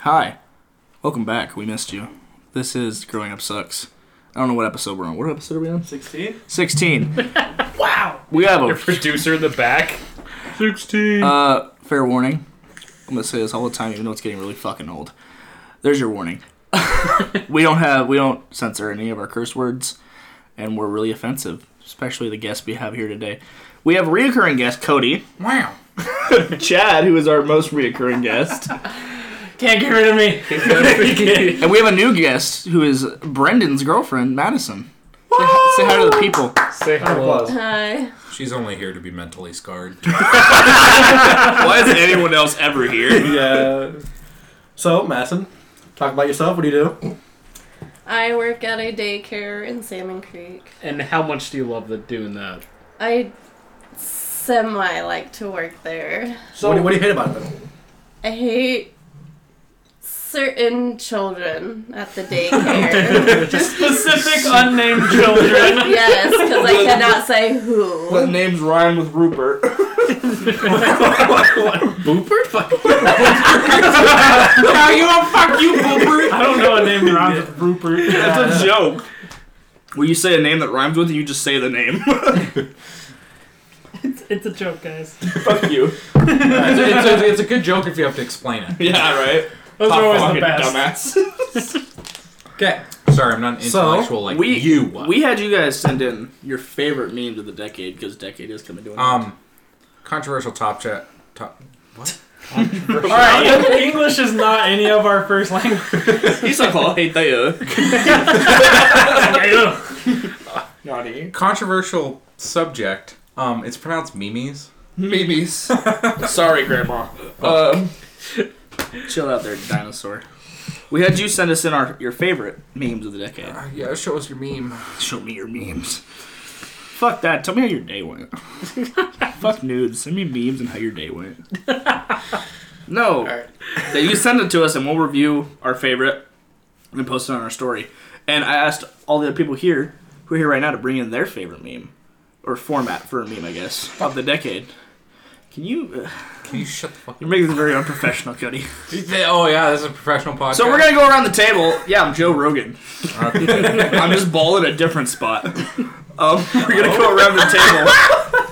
Hi. Welcome back. We missed you. This is Growing Up Sucks. I don't know what episode we're on. What episode are we on? 16? 16. Wow! We have Your a producer in the back. 16. uh, fair warning. I'm going to say this all the time, even though it's getting really fucking old. There's your warning. we don't have, we don't censor any of our curse words, and we're really offensive, especially the guest we have here today. We have a reoccurring guest, Cody. wow. Chad, who is our most reoccurring guest. Can't get rid of me. and we have a new guest, who is Brendan's girlfriend, Madison. Say hi, say hi to the people. Say hello. Hi. She's only here to be mentally scarred. Why is anyone else ever here? Yeah. So, Madison, talk about yourself. What do you do? I work at a daycare in Salmon Creek. And how much do you love the doing that? I semi like to work there. So, what do, what do you hate about it? I hate certain children at the daycare. Specific unnamed children. yes, because I cannot say who. names rhyme with Rupert. How you a fuck you, Rupert? I don't know a name that rhymes with Rupert. That's a joke. When you say a name that rhymes with it, you just say the name. It's a joke, guys. Fuck you. it's, a, it's a- it's a good joke if you have to explain it. Yeah, right. Those are always the Fucking best. Dumbass. Okay. Sorry, I'm not So, intellectual like We you. we had you guys send in your favorite memes of the decade because decade is coming to an end. um, controversial top chat. Top. All right, English is not any of our first language. He's like, oh, hate that. Naughty. Controversial subject. Um, it's pronounced memes. Memes. Sorry, Grandma. Um, chill out there, dinosaur. We had you send us in our your favorite memes of the decade. Uh, Yeah, show us your meme. Show me your memes. Fuck that. Tell me how your day went. Fuck nudes. Send me memes and how your day went. no. That you send it to us and we'll review our favorite and post it on our story. And I asked all the other people here who are here right now to bring in their favorite meme or format for a meme, I guess, of the decade. Can you? Uh, Can you shut the fuck you're making this very unprofessional, Cody. Oh yeah, this is a professional podcast. So we're gonna go around the table. Yeah, I'm Joe Rogan. gonna. I'm just balling at a different spot. Um, we're gonna go around the table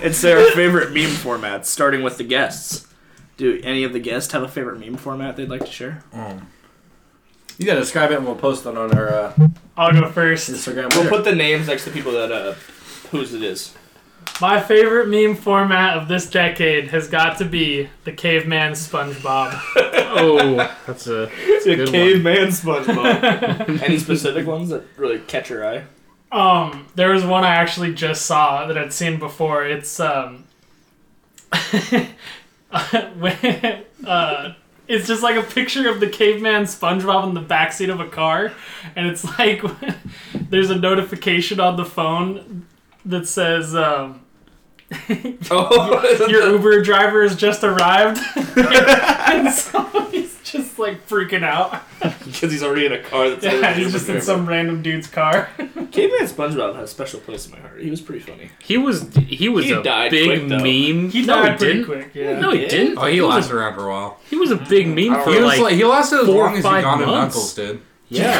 and say our favorite meme formats, starting with the guests. Do any of the guests have a favorite meme format they'd like to share? You gotta describe it and we'll post it on our uh, I'll go first. Instagram. We'll later. put the names next to people that uh, whose it is. My favorite meme format of this decade has got to be the caveman SpongeBob. Oh, that's a. It's a Good caveman SpongeBob. any specific ones that really catch your eye? Um, there was one I actually just saw that I'd seen before. It's um, when- uh, it's just like a picture of the caveman SpongeBob in the backseat of a car, and it's like there's a notification on the phone that says um, Oh, your Uber driver has just arrived, and so he's just like freaking out. because he's already in a car. That's Yeah, he's just in some random dude's car. Caveman SpongeBob has a special place in my heart. He was pretty funny. He was he was He a died big quick, though. meme. He no, died he pretty didn't. quick. Yeah. No, he Yeah. didn't. Oh, he he, was lasted a, around for a while. he was a big meme for He was like, like he lasted as four long or as five Uganda months. Knuckles did.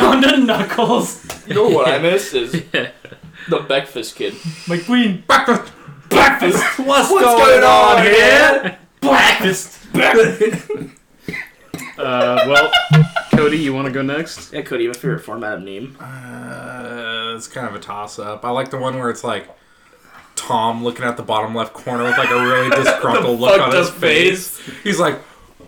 Gone to Knuckles. You know what I miss is the Breakfast Kid. My queen. Breakfast. Breakfast. What's, Breakfast. Uh, well, Cody, you want to go next? Yeah, Cody, you have a favorite format of meme? Uh, it's kind of a toss up. I like the one where it's like Tom looking at the bottom left corner with like a really disgruntled look on fucked his up face. He's like,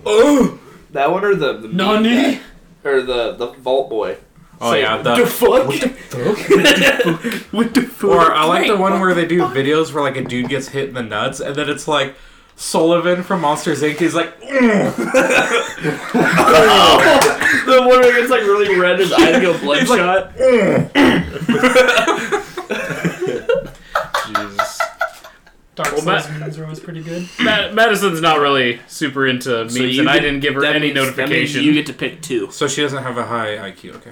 oh, That one or the, the meme Nani? guy? or the the Vault Boy? oh Say, yeah. what the The, fuck? What the fuck? what the fuck? or I like the one where they do videos where like a dude gets hit in the nuts and then it's like Sullivan from Monsters Inc. He's like, "Mm." the one where it's like really red, his eyes go bloodshot. Jesus. Dark Well, Souls Matt- memes are always pretty good. Ma- Madison's not really super into memes, So you and I get- didn't give her that any means- that means notification. You get to pick two. so she doesn't have a high IQ. Okay,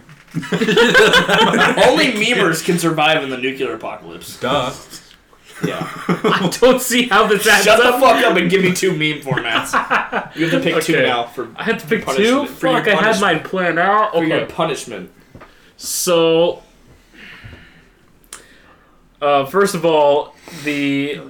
Only memers can survive in the nuclear apocalypse. duh. Yeah. I don't see how this adds Shut up. the fuck up and give me two meme formats. You have to pick two Okay. now for, I had to pick two. Punishment. For your Fuck, I had punishment. mine planned out. for your Okay, punishment. so uh, first of all, the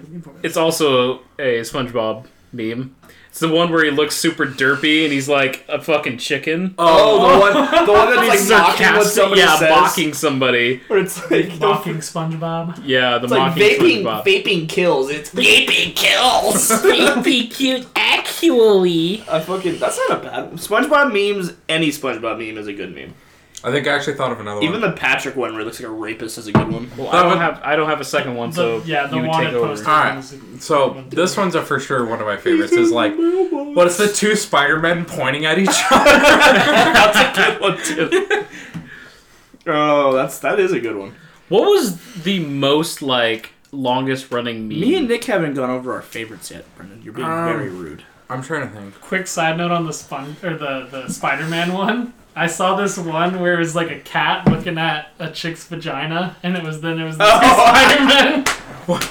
it's also a SpongeBob meme. It's the one where he looks super derpy and he's like a fucking chicken. Oh, the one, the one that's he's like mocking what somebody yeah, says. mocking somebody. Or it's like Mocking SpongeBob. Yeah, the It's like mocking vaping, SpongeBob. vaping kills. It's vaping kills. Vaping cute, actually. I fucking that's not a bad SpongeBob memes. Any SpongeBob meme is a good meme. I think I actually thought of another one. Even the Patrick one where it looks like a rapist is a good one. Well, I don't have I don't have a second one, so Oh, The, yeah, the you wanted take over. poster. All right. So this one's a for sure one of my favorites. Is like, what's the two Spider Men pointing at each other? that's a good one too. Oh, that's that is a good one. What was the most like longest running meme? Me and Nick haven't gone over our favorites yet, Brendan. You're being Um, very rude. I'm trying to think. Quick side note on the spon- or the the Spider-Man one. I saw this one where it was like a cat looking at a chick's vagina, and it was then it was the Oh, Spider-Man.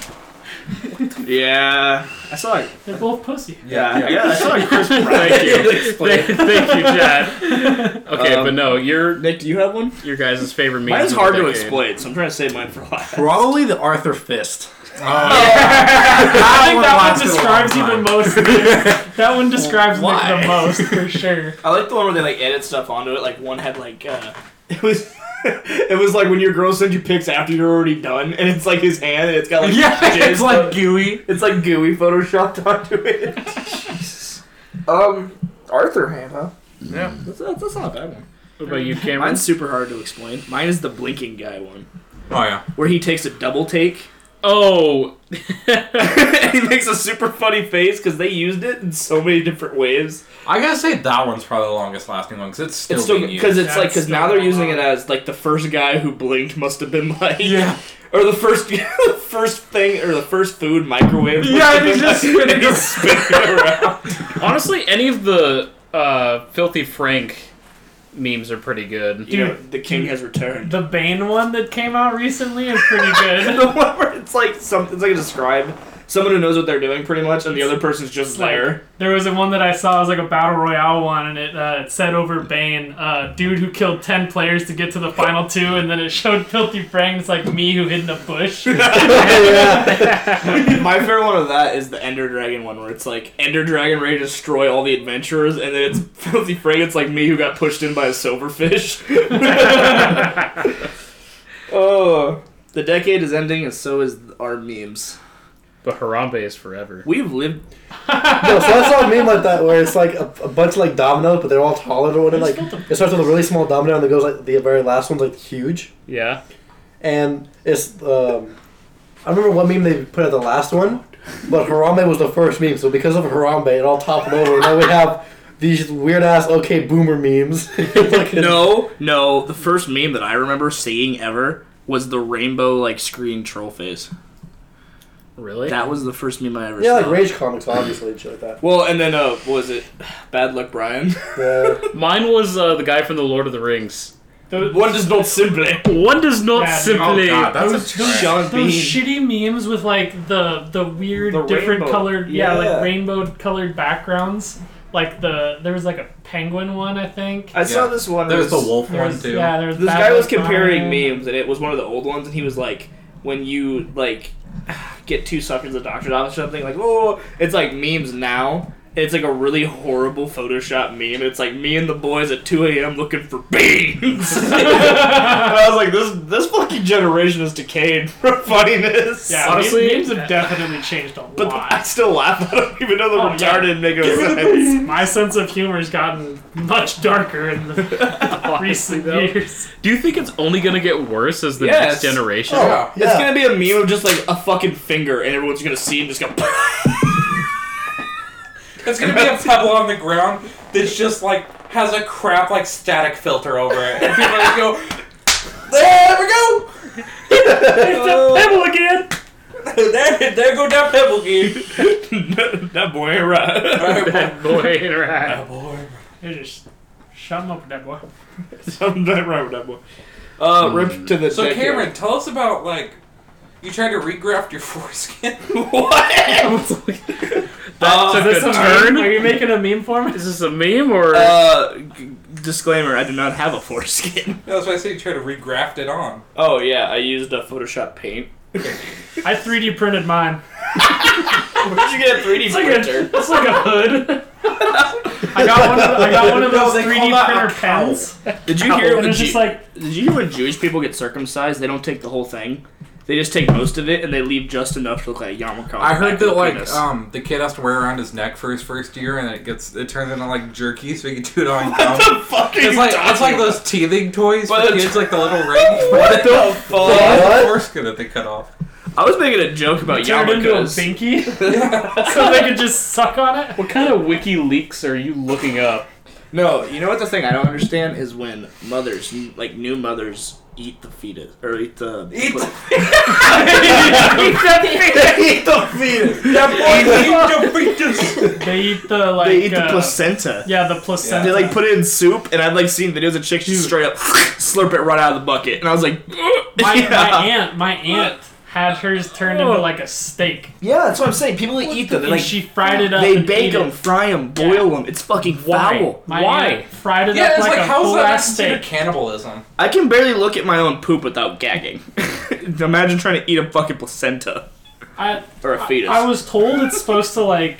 Yeah, I saw. It. They're both pussy. Yeah, yeah, I saw it. Chris Pratt. Thank you. Explain Thank it. you, Chad. Okay, Um, but no, your Nick, do you have one? your guys' favorite meme. Mine's hard to explain, so I'm trying to save mine for last. Probably the Arthur fist. I Uh, think one that lasted one a long describes you the time. most. Nick. that one describes Nick Why? the most for sure. I like the one where they like edit stuff onto it. Like one had like uh, it was it was like when your girl sends you pics after you're already done, and it's like his hand, and it's got like jizz photo- gooey. it's like gooey photoshopped onto it. um, Arthur hand, huh? Yeah. That's, that's not a bad one. What about you, Cameron? Mine's super hard to explain. Mine is the blinking guy one, Oh yeah. where he takes a double take oh, and he makes a super funny face because they used it in so many different ways. I gotta say that one's probably the longest lasting one because it's still It's still being used. because it's That's like because still now they're going using it on. as like the first guy who blinked must have been like Yeah. or the first the first thing or the first food microwave must Yeah, have and he's been just like- spinning and he's spinning around. honestly, any of the uh, filthy Frank memes are pretty good. You know, the king has returned. The Bane one that came out recently is pretty good. the one where it's like some it's like a describe someone who knows what they're doing pretty much, and the other person's just It's like- there. there was a one that I saw. It was like a battle royale one, and it, uh, it said over Bane, uh, "Dude who killed ten players to get to the final two, and then it showed Filthy Frank. It's like me who hid in a bush. My favorite one of that is the Ender Dragon one, where it's like Ender Dragon ready to destroy all the adventurers, and then it's filthy Frank. It's like me who got pushed in by a silverfish. oh, the decade is ending, and so is our memes. But Harambe is forever. We've lived. No, so I saw a meme like that where it's like a, a bunch like dominoes, but they're all taller or whatever. Like it starts with a really small domino and it goes like the very last one's like huge. Yeah. And it's um, I remember one meme they put at the last one, but Harambe was the first meme. So because of Harambe, it all toppled over. And now we have these weird ass okay boomer memes. Fucking- No, no. The first meme that I remember seeing ever was the rainbow like screen troll face. Really? That was the first meme I ever Yeah, saw. like rage comics, obviously, and shit like that. well, and then uh, what was it Bad Luck Brian? Yeah. Mine was uh, the guy from the Lord of the Rings. one just not simply. One does not Yeah, simply. Oh god, that's a trash. Sean Bean. Those shitty memes with like the the weird The different rainbow. colored yeah, Yeah. like rainbow colored backgrounds. Like the there was like a penguin one I think. I saw Yeah. this one. There's it the was- wolf There one was, too. yeah, there was This Bad guy was Luck comparing Brian. memes, and it was one of the old ones, and he was like, when you like get two suckers at the doctor's office or something, like, oh, it's like memes now. It's like a really horrible Photoshop meme. It's like me and the boys at 2 a.m. looking for beans. And I was like, this this fucking generation is decayed from funniness. Yeah, Honestly- honestly, memes have definitely changed a But I lot. still laugh. I don't even know the Oh, yeah. retarded nigga sense. My sense of humor has gotten much darker in the Honestly, recent though. years. Do you think it's only going to get worse as the Yes. next generation? Oh, yeah. It's gonna be a meme of just like a fucking finger, and everyone's gonna see and just go. It's gonna be a pebble on the ground that's just like has a crap like static filter over it. And people just go, there we go. Pebble again. There, there go that pebble again. that boy ain't right. That boy ain't right. They just shut him up with that boy. Something ain't right with that boy. Uh, rip to the So decade. Cameron, tell us about like You tried to regraft your foreskin. That Uh, took Is this a a meme? Are turn. you making a meme for me? Is this a meme or? Uh, g- disclaimer: I do not have a foreskin. No, that's why I say you try to regraft it on. Oh yeah, I used a Photoshop paint. I 3D printed mine. Where'd you get a 3D It's like a, it's like a hood. I got one. Of, I got one of No, they those call 3D that a printer cowl. pens, Did you hear? and When it's Ju- just like did you hear when Jewish people get circumcised? They don't take the whole thing. They just take most of it and they leave just enough to look like a yarmulke. on I the heard back of that the like penis. um the kid has to wear it around his neck for his first year, and it gets it turns into like jerky, so he can chew it on. What the fuck? It's like it's like those teething toys for What the- kids, like the little rings. what the fuck? The What? foreskin that they cut off. I was making a joke about turned into a yarmulkes. binky, so they could just suck on it. what kind of wiki leaks are you looking up? No, you know what the thing I don't understand is when mothers, like new mothers, eat the fetus or eat the Eat the eat the fetus. That boy eat the fetus. They eat the like. They eat the uh, placenta. Yeah, the placenta. They like put it in soup, and I've like seen videos of chicks just straight up slurp it right out of the bucket, and I was like, my, yeah. Oh. my aunt, my aunt had hers turned into like a steak, yeah, that's what I'm saying. People that eat them, they and like she fried it up. they and bake ate it. them, fry them, boil them. It's fucking Why? foul. My Why? aunt fried it Yeah, up it's like, a how's whole that ass considered steak. cannibalism? I can barely look at my own poop without gagging. Imagine trying to eat a fucking placenta I, or a fetus. I was told it's supposed to like.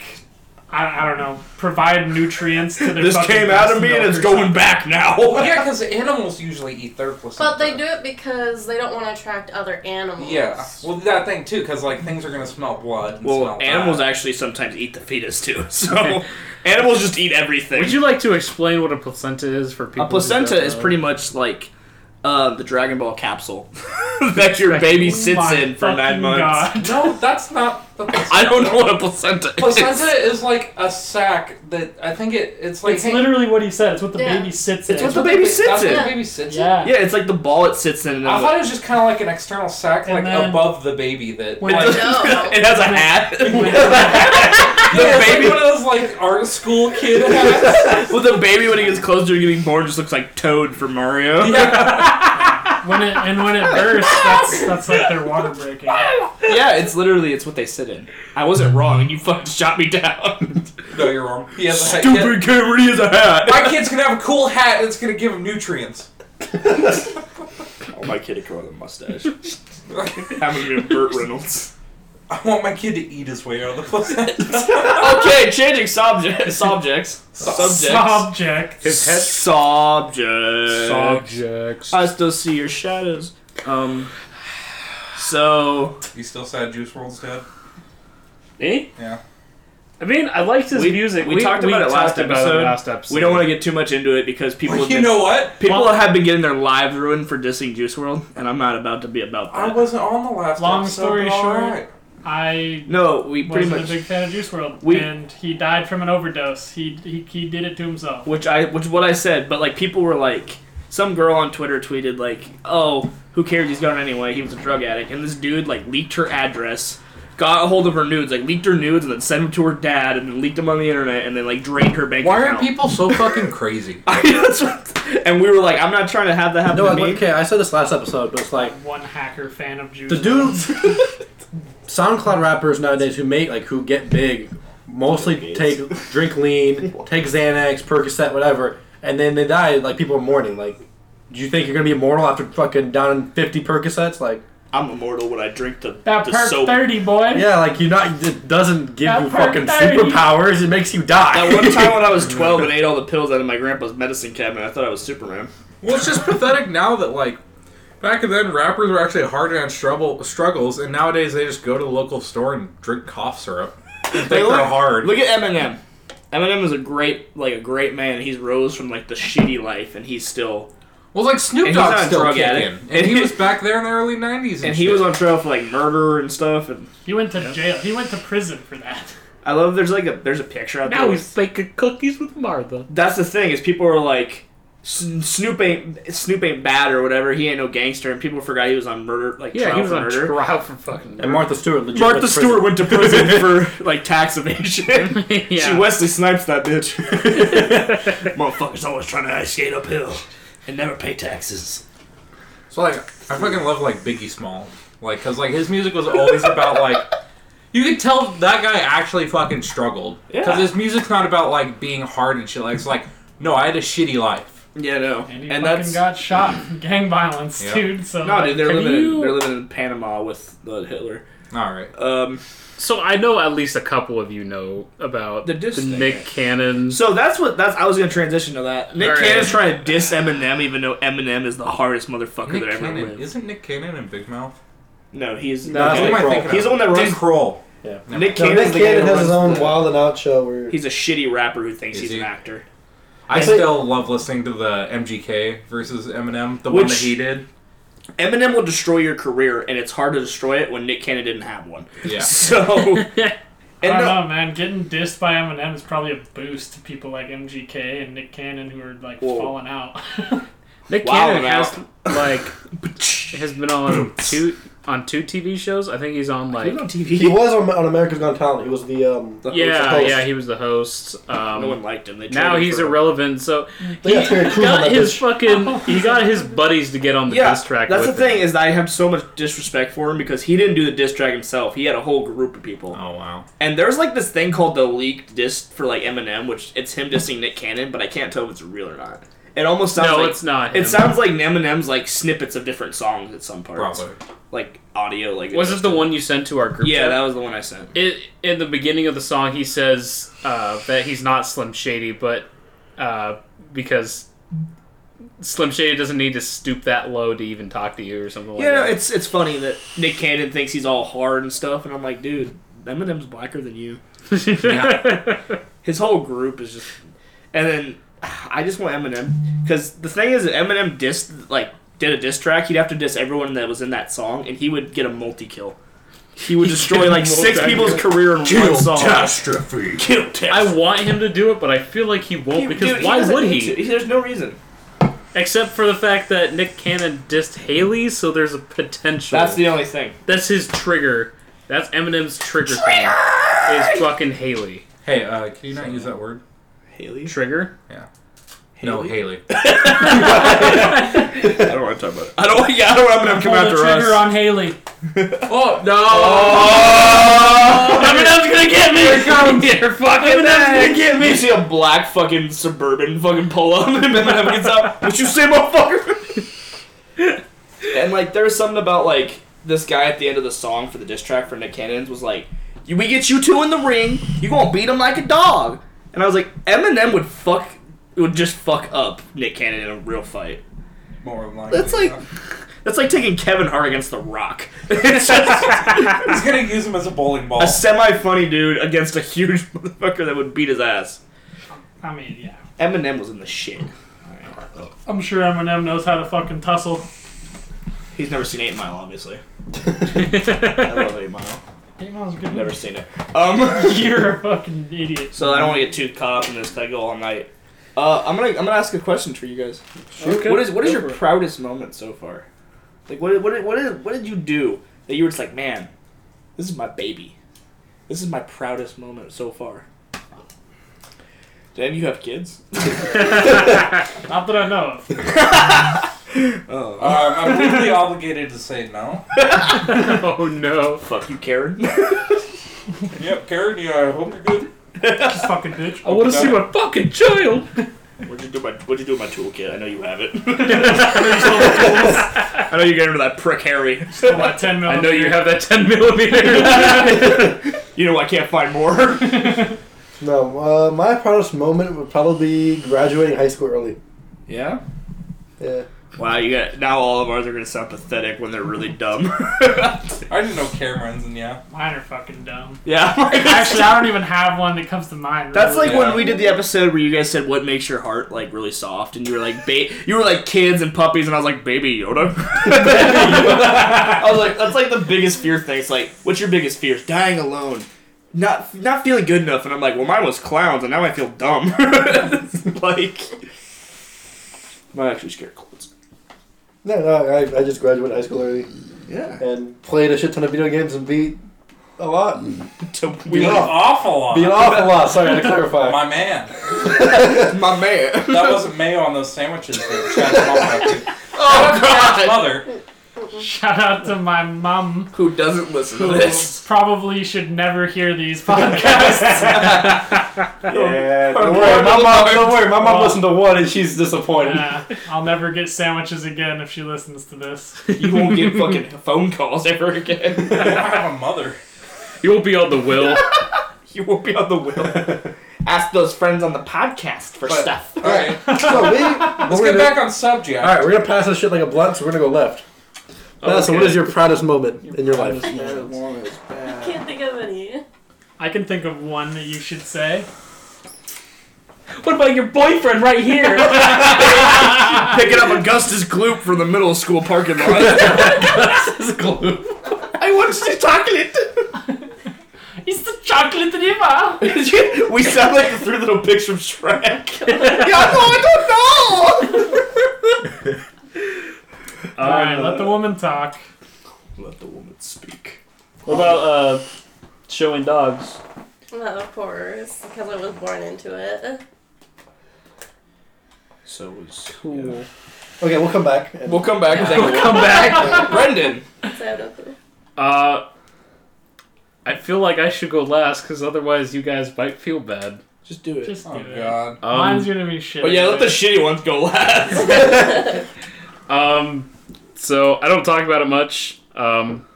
I, I don't know. Provide nutrients to their. this fucking came out of breast me, and milk it's or going something. back now. Well, yeah, because animals usually eat their placenta. But they do it because they don't want to attract other animals. Yeah, well, that thing too, because like things are gonna smell blood. And Well, smell animals Bad. actually sometimes eat the fetus too. So animals just eat everything. Would you like to explain what a placenta is for people? a placenta who don't is know? pretty much like uh, the Dragon Ball capsule that your Oh baby sits My in for nine fucking months. God. No, that's not. The placenta. I don't know what a placenta is. Placenta is like a sack that I think it. It's like It's hey, literally what he said. It's what the Yeah. baby sits It's in. what the baby that's sits what in. the baby sits in? yeah. Yeah, it's like the ball it sits in. And I then thought it was just kind of like an external sack, And like then- above the baby. That When- like, the- No. it has a hat. Yeah, it's baby- like one of those like art school kid hats. well, the baby when he gets closer to getting born just looks like Toad from Mario. yeah. When it and when it bursts, that's that's like their water breaking. Yeah, it's literally it's what they sit in. I wasn't wrong, and you fucking shot me down. No, you're wrong. He has a hat. Stupid kid, he has a hat. My kid's gonna have a cool hat that's gonna give him nutrients. Oh, my kid to grow a mustache. Having been Burt Reynolds. I want my kid to eat his way out of the placenta. Okay, changing subject, subjects. Subjects. Subject. his head. Subjects. Subjects. I still see your shadows. Um. So you still sad Juice World's dead? Eh? Yeah. I mean, I liked his We- music. we talked about it last talked about episode. last episode. we don't want to get too much into it because people have you been, know what? people Well- have been getting their lives ruined for dissing Juice World, and I'm not about to be about I that. wasn't on the last Long episode, story but all short, right. I no, we pretty wasn't much. a big fan of Juice World, We- and he died from an overdose. He, he he did it to himself. which I which is what I said, but like people were like some girl on Twitter tweeted like, "Oh, who cares? He's gone anyway. He was a drug addict." And this dude like leaked her address, got a hold of her nudes, like leaked her nudes, and then sent them to her dad, and then leaked them on the internet, and then like drained her bank Why are account. people so fucking crazy? That's what- and we were like, "I'm not trying to have that happen No, to I, me." okay, I said this last episode, but it's like One hacker fan of Juice. the World. dudes, SoundCloud rappers nowadays who make like who get big, mostly take drink lean, take Xanax, Percocet, whatever, and then they die. Like people are mourning. Like, do you think you're gonna be immortal after fucking down fifty Percocets? Like, I'm immortal when I drink the That the perk soap. thirty boy. yeah, like you're not. It doesn't give That you fucking perk- superpowers. It makes you die. That one time when I was 12 and ate all the pills out of my grandpa's medicine cabinet, I thought I was Superman. Well, it's just pathetic now that like back then rappers were actually harder on struggle struggles, and nowadays they just go to the local store and drink cough syrup. Think Hey, they're look- hard. Look at Eminem. Eminem is a great, like a great man. He's rose from like the shitty life, and he's still. well, like Snoop And he's Dogg's not a still drug kicking, addict. and he was back there in the early '90s, and, And he shit. was on trial for like murder and stuff. And He went to jail. He went to prison for that. I love there's like a there's a picture out Now there. he's baking cookies with Martha. That's the thing is people are like Sn- Snoop ain't Snoop ain't bad or whatever. He ain't no gangster, and people forgot he was on murder like Yeah, trial he was for on murder. trial for fucking. and Martha Stewart. Legit went Martha to prison. Stewart went to prison for like tax evasion. yeah. She Wesley Snipes that bitch. Motherfuckers always trying to skate uphill and never pay taxes. So like, I fucking love like Biggie Small. Like, cause like his music was always about like. You could tell that guy actually fucking struggled. Because Yeah. his music's not about like being hard and shit. Like it's like, no, I had a shitty life. Yeah, no, And he and fucking that's got shot from gang violence, Yeah. dude. So no, dude. They're have living. you- In, they're living in Panama with uh, Hitler. All right. Um, So I know at least a couple of you know about The diss thing, Nick yeah. Cannon. so that's what that's. I was gonna transition to that. Nick All right. Cannon's trying to diss Eminem, even though Eminem is the hardest motherfucker Nick that ever Cannon. lived. Isn't Nick Cannon in Big Mouth? no, he's No, Who am I Kroll. thinking of? He's the one that Dick runs- Kroll. Nick No, Cannon's Nick the guy Cannon that has his runs own the- Wild and Out show where He's a shitty rapper who thinks Is he's he? an actor. I think- still love listening to the MGK versus Eminem, the one Which- that he did. Eminem will destroy your career, and it's hard to destroy it when Nick Cannon didn't have one. Yeah. So, I and don't no, know, man. Getting dissed by Eminem is probably a boost to people like MGK and Nick Cannon who are like Whoa. falling out. Nick Wow, Cannon now. has like has been on two on two TV shows. I think he's on like he's on he TV. was on, on America's Got Talent. He was the um. The host- yeah, host. yeah, he was the host. Um, no one liked him. They now traded he's for him. irrelevant. So They got Terry he Crews on got that his bitch. fucking he got his buddies to get on the Yeah, diss track. that's the with thing him. is that I have so much disrespect for him because he didn't do the diss track himself. He had a whole group of people. Oh wow. And there's like this thing called the leaked disc for like Eminem, which it's him dissing Nick Cannon, but I can't tell if it's real or not. It almost sounds No, like it's not. it him. sounds like Eminem's like snippets of different songs at some parts, Probably. like audio. Like Was it the one you sent to our group? Yeah, chat? that was the one I sent. it, in the beginning of the song, he says uh, that he's not Slim Shady, but uh, because Slim Shady doesn't need to stoop that low to even talk to you or something like Yeah, that. it's it's funny that Nick Cannon thinks he's all hard and stuff, and I'm like, dude, Eminem's blacker than you. His whole group is just, and then I just want Eminem because the thing is that Eminem dissed like did a diss track, he'd have to diss everyone that was in that song, and he would get a multi kill. He would destroy get like a six multi-kill. people's career in one song. catastrophe. Kill test. I want him to do it, but I feel like he won't because why would he? There's no reason. Except for the fact that Nick Cannon dissed Haley, so there's a potential. That's the only thing. That's his trigger. That's Eminem's trigger thing. Is fucking Haley Hey, uh, can you not use that word? Haley. trigger? No, Haley. I don't want to talk about it. I don't. Yeah, I don't want Eminem to come Pull the after us. trigger on Haley. oh no! Oh! Eminem's gonna get me. Here comes. You're fucking Eminem's gonna get me. You see a black fucking suburban fucking pull up, and Eminem gets out. What you say, motherfucker? and like, there was something about like this guy at the end of the song for the diss track for Nick Cannon's was like, "You- "We get you two in the ring. You gonna beat him like a dog." And I was like, Eminem would fuck, would just fuck up Nick Cannon in a real fight. More than likely. That's like, uh, that's like taking Kevin Hart against The Rock. It's just- he's gonna use him as a bowling ball. a semi funny dude against a huge motherfucker that would beat his ass. I mean, yeah. Eminem was in the shit. I'm sure Eminem knows how to fucking tussle. He's never seen Eight Mile, obviously. I get. love Eight Mile. Eight Mile's a good Never seen it. Um, You're a fucking idiot. so I don't want to get too caught up in this. 'cause I go all night. Uh, I'm gonna I'm gonna ask a question for you guys. Okay. What is what is Go your for it. proudest moment so far? Like what what what is what did you do that you were just like man, this is my baby, this is my proudest moment so far. Dan, you have kids? Not that I know of. Oh, Um, I'm legally obligated to say no. oh no. fuck you, Karen. Yep, Karen. Yeah, I hope you're good. This fucking bitch. I want to see my fucking child. What'd you do my What'd you do with my toolkit? I know you have it. I know you got into that prick Harry. Still at 10 mil. I know you have that 10 millimeter. You know I can't find more. No, uh, my proudest moment would probably be graduating high school early. Yeah. Yeah. Wow, you got now all of ours are gonna sound pathetic when they're really dumb. I didn't know Cameron's, and yeah, Mine are fucking dumb. yeah. Actually, I don't even have one that comes to mind. That's really. like when we did the episode where you guys said what makes your heart like really soft, and you were like, ba- you were like kids and puppies, and I was like, baby Yoda. I was like, that's like the biggest fear thing. It's like, what's your biggest fears? Dying alone, not not feeling good enough, and I'm like, well, mine was clowns, and now I feel dumb. like, I'm actually scared of clowns. No, no, I, I just graduated high school early Yeah, and played a shit ton of video games and beat a lot. to Beat we an love awful lot. Beat an awful lot. Sorry, I had to clarify. My man, my man. that wasn't mayo on those sandwiches that Chad's mom made. Oh god. Mother, Shout out to my mom, Who doesn't listen to who this? probably should never hear these podcasts. Yeah, don't worry, my mom. Don't worry, my mom listened to one and she's disappointed. Uh, I'll never get sandwiches again if she listens to this. You won't get fucking phone calls ever again. I have a mother. You won't be on the will. You won't be on the wheel. Ask those friends on the podcast for But- stuff. Alright, So we, let's let's get back on subject. All right, we're gonna pass this shit like a blunt, so we're gonna go left. Madison, what Okay. is your proudest moment in Oh, your life? Can't think of any. I can think of one that you should say. What about your boyfriend right here? Picking up Augustus Gloop from the middle school parking lot. Augustus Gloop. I want some chocolate. It's the chocolate diva. we sound like the three little pigs from Shrek. yeah, no, I don't know. All right, let the woman talk. Let the woman speak. what about uh, showing dogs? Well, of course, because I was born into it. So was. Cool. Okay, we'll come back. We'll come back. and We'll come back. Brendan. So I don't know. Uh, I feel like I should go last because otherwise you guys might feel bad. Just do it. Just do Oh it. god. Um, Mine's gonna be shit. But yeah, let the shitty ones go last. Um, so I don't talk about it much um,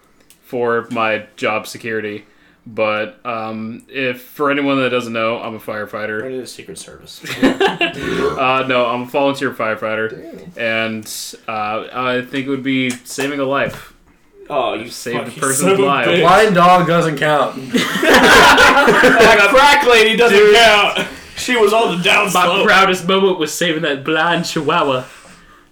for my job security, but um, if for anyone that doesn't know, I'm a firefighter. the Secret Service. Uh, no, I'm a volunteer firefighter, and uh, I think it would be saving a life. Oh, you saved a fucking person's son of a life. bitch. Blind dog doesn't count. That crack lady doesn't count. She was on the down My slope. proudest moment was saving that blind chihuahua.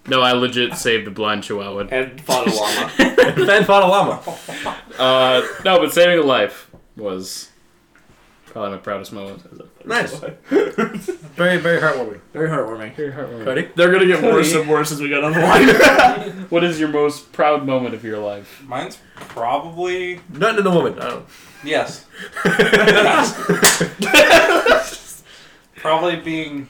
No, I legit saved a blind chihuahua. and fought a llama. Ben fought a llama. Uh, no, but saving a life was probably my proudest moment. Nice. very, very heartwarming. Very heartwarming. Ready? They're gonna get worse and worse as we go down the line. What is your most proud moment of your life? Mine's probably Nothing in the woman. I don't. yes. probably being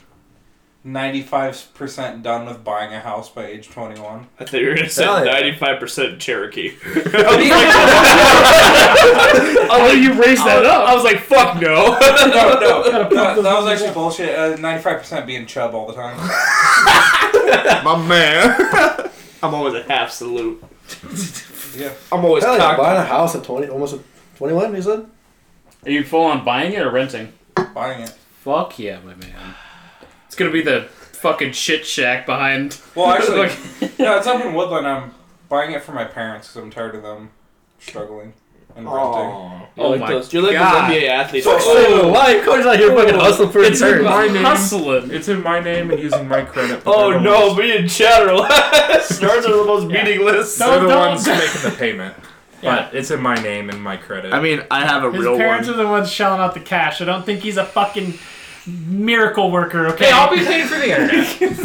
ninety-five percent done with buying a house by age twenty-one. I thought you were gonna say Hell yeah. ninety-five percent Cherokee. Oh, Although you raised that up, I was like, "Fuck no." no, no, that, that was actually bullshit. Uh, Ninety-five percent being chub all the time. My man, I'm always a half salute. Yeah. I'm always Hell yeah, cocked. buying a house at twenty, almost at twenty-one. You said. Are you full on buying it or renting? Buying it. Fuck yeah, my man. It's gonna be the fucking shit shack behind. Oh, Well, actually, Like- yeah, it's up in Woodland. I'm buying it for my parents because I'm tired of them struggling and renting. Oh my You're like God. those NBA athletes. So, saving a life. Cody's out here fucking hustling for his It's in my parents. name. Hustling. It's in my name and using my credit. but oh they're the no, ones- me and Chad are last. Ours are the most meaningless. They're the Don't- ones making the payment. But it's in my name and my credit. I mean, I have a His real parents one. are the ones shelling out the cash. I don't think he's a fucking miracle worker. Okay. hey, I'll be paying for the internet.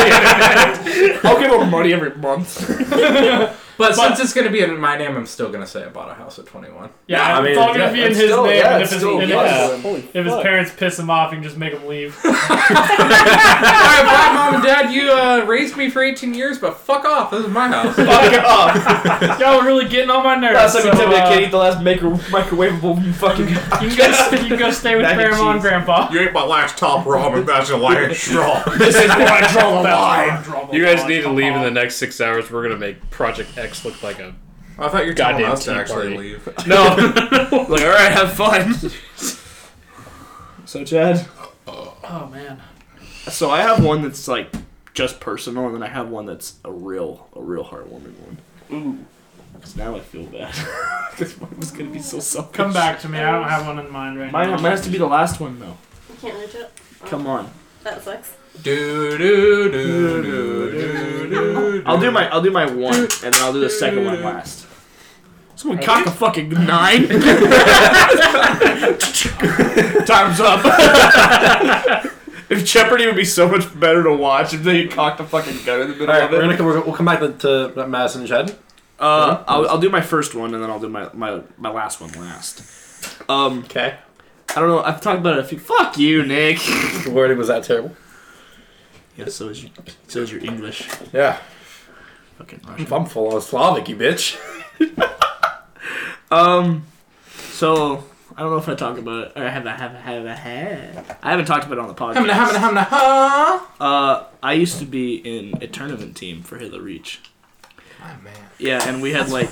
I'll give them money every month. But since it's gonna be in my name, I'm still gonna say I bought a house at 21. yeah, I mean, it's all gonna be in his Still, name. yeah, and it's if his, still and if- yeah. if his parents piss him off, you can just make him leave. All right, bye, mom and dad. You uh, raised me for 18 years, but fuck off. This is my house. Fuck off. Y'all are really getting on my nerves. Last time you so, told me I uh, can't eat the last micro- microwavable fucking. You can go, you can go stay with Mac and grandma and cheese. grandpa. you ate my last top ramen. That's a lion straw. this is where I draw the line. You guys need to leave in the next six hours. We're gonna make Project X look like a I thought you were telling Goddamn us to tea actually party. leave. no. Like, all right, have fun. So Chad, Oh man. so I have one that's like just personal, and then I have one that's a real, a real heartwarming one. Ooh. Because now I feel bad. Because mine was gonna be so selfish. Come back to me. I don't have one in mind right Mine, now. mine has to be the last one though. You can't reach it. Come on. That sucks. Do do do do do do. I'll do my I'll do my one, and then I'll do the second one last. Someone cock a fucking nine. Time's up. if Jeopardy would be so much better to watch if they cocked a fucking gun in the All middle right, of we're it. gonna come, we're, we'll come back to, to Madison and Chad. Uh, I'll, I'll do my first one, and then I'll do my my, my last one last. Um, Okay. I don't know. I've talked about it a few. Fuck you, Nick. The wording was that terrible. Yeah, so is your, so is your English. Yeah. Fucking If Russian. I'm full on Slavic, you bitch. Um, so I don't know if I talk about it. Or I haven't, have have have I haven't talked about it on the Hamna, podcast. hamna, hamna, ha. Uh, I used to be in a tournament team for Hitler Reach. Yeah, and we had like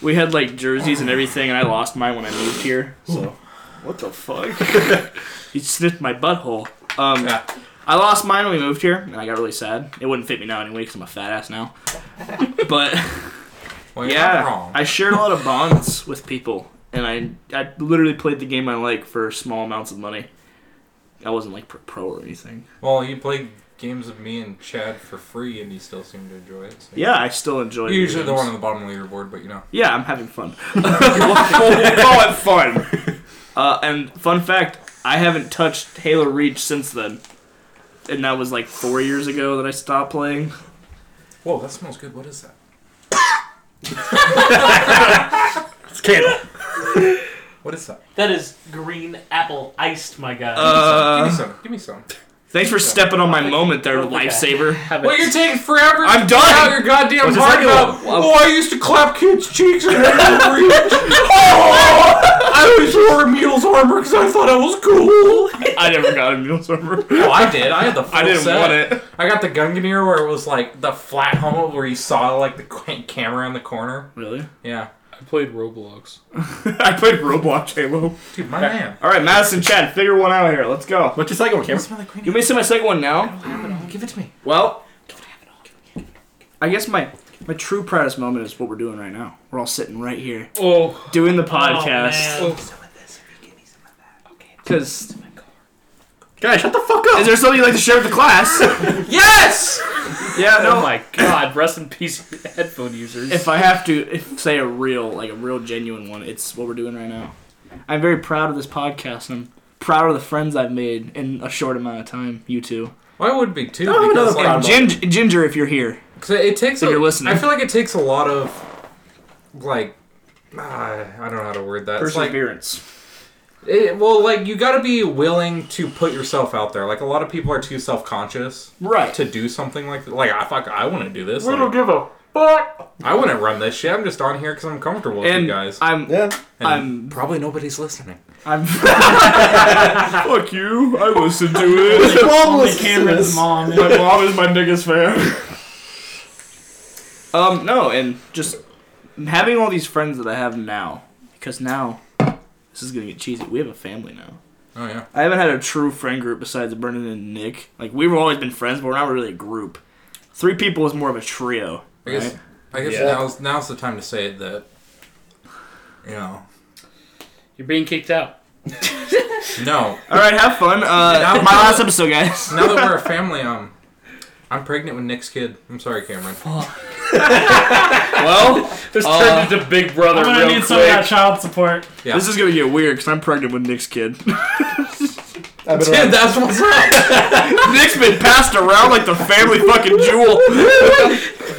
we had like jerseys and everything, and I lost mine when I moved here. So what the fuck? you sniffed my butthole. Um, Yeah. I lost mine when we moved here, and I got really sad. It wouldn't fit me now anyway because I'm a fat ass now. But Well, you're not yeah, wrong. I shared a lot of bonds with people, and I I literally played the game I like for small amounts of money. I wasn't like pro- pro or anything. well, you played games with me and Chad for free, and you still seem to enjoy it. so- Yeah, I still enjoy. You're usually the games. one on the bottom of the leaderboard, but you know. Yeah, I'm having fun. we'll, we'll call it fun. Uh, and fun fact, I haven't touched Halo Reach since then. And that was like four years ago that I stopped playing. Whoa, that smells good. What is that? It's candle. What is that? That is green apple iced, my guy. Give Uh, me some. Give me some. thanks for stepping on my moment there, lifesaver. Well, you're taking forever. I'm to figure out done. Your goddamn What's the heart second about. one? Oh, I used to clap kids' cheeks and Oh! I was wearing Mule's armor because I thought I was cool. I never got a Mule's armor. Oh, I did. I had the. Full I didn't set. want it. I got the Gunganir where it was like the flat helmet where you saw like the qu- camera in the corner. Really? Yeah. I played Roblox. I played Roblox Halo. Dude, my man. All right, Madison, Chad, figure one out here. Let's go. What's your second one, Cameron? Smell like green You may say my second one now. apple. Give it to me. Well, I guess my my true proudest moment is what we're doing right now. We're all sitting right here Oh, doing the Oh, man. podcast. Because Guys, shut the fuck up. Oh is there something you'd like to share with the class? yes. yeah, oh my god, rest in peace, headphone users. If I have to if, say a real, like a real genuine one, it's what we're doing right now. I'm very proud of this podcast. and I'm proud of the friends I've made in a short amount of time. You two, Well, I would be too Don't have because another like, problem. Gin- Ginger, if you're here, Cause it it takes. If a- you're listening. I feel like it takes a lot of, like, uh, I don't know how to word that. It's like, perseverance. it, well, like you got to be willing to put yourself out there. Like a lot of people are too self conscious right. to do something like that. Like I fuck, I want to do this. We don't Like, give a fuck. I wouldn't run this shit. I'm just on here because I'm comfortable with and you guys. I'm. Yeah. And I'm. probably nobody's listening. I'm. Fuck you! I listen to it. Problems. Cameron's mom. my Oh, mom is my biggest fan. Um, no, and just having all these friends that I have now, because now this is gonna get cheesy. We have a family now. Oh yeah. I haven't had a true friend group besides Brendan and Nick. Like we've always been friends, but we're not really a group. Three people is more of a trio. I guess. right? I guess Yeah. now's now's the time to say it that. You know. You're being kicked out. No. All right, have fun. Uh, Now- my last episode, guys. Now that we're a family, um, I'm pregnant with Nick's kid. I'm sorry, Cameron. Well, This Uh, turned into Big Brother I'm gonna real need some of that quick. child support. Yeah. this is gonna get weird because I'm pregnant with Nick's kid. I've been Dude, around. that's what's up. Nick's been passed around like the family fucking jewel.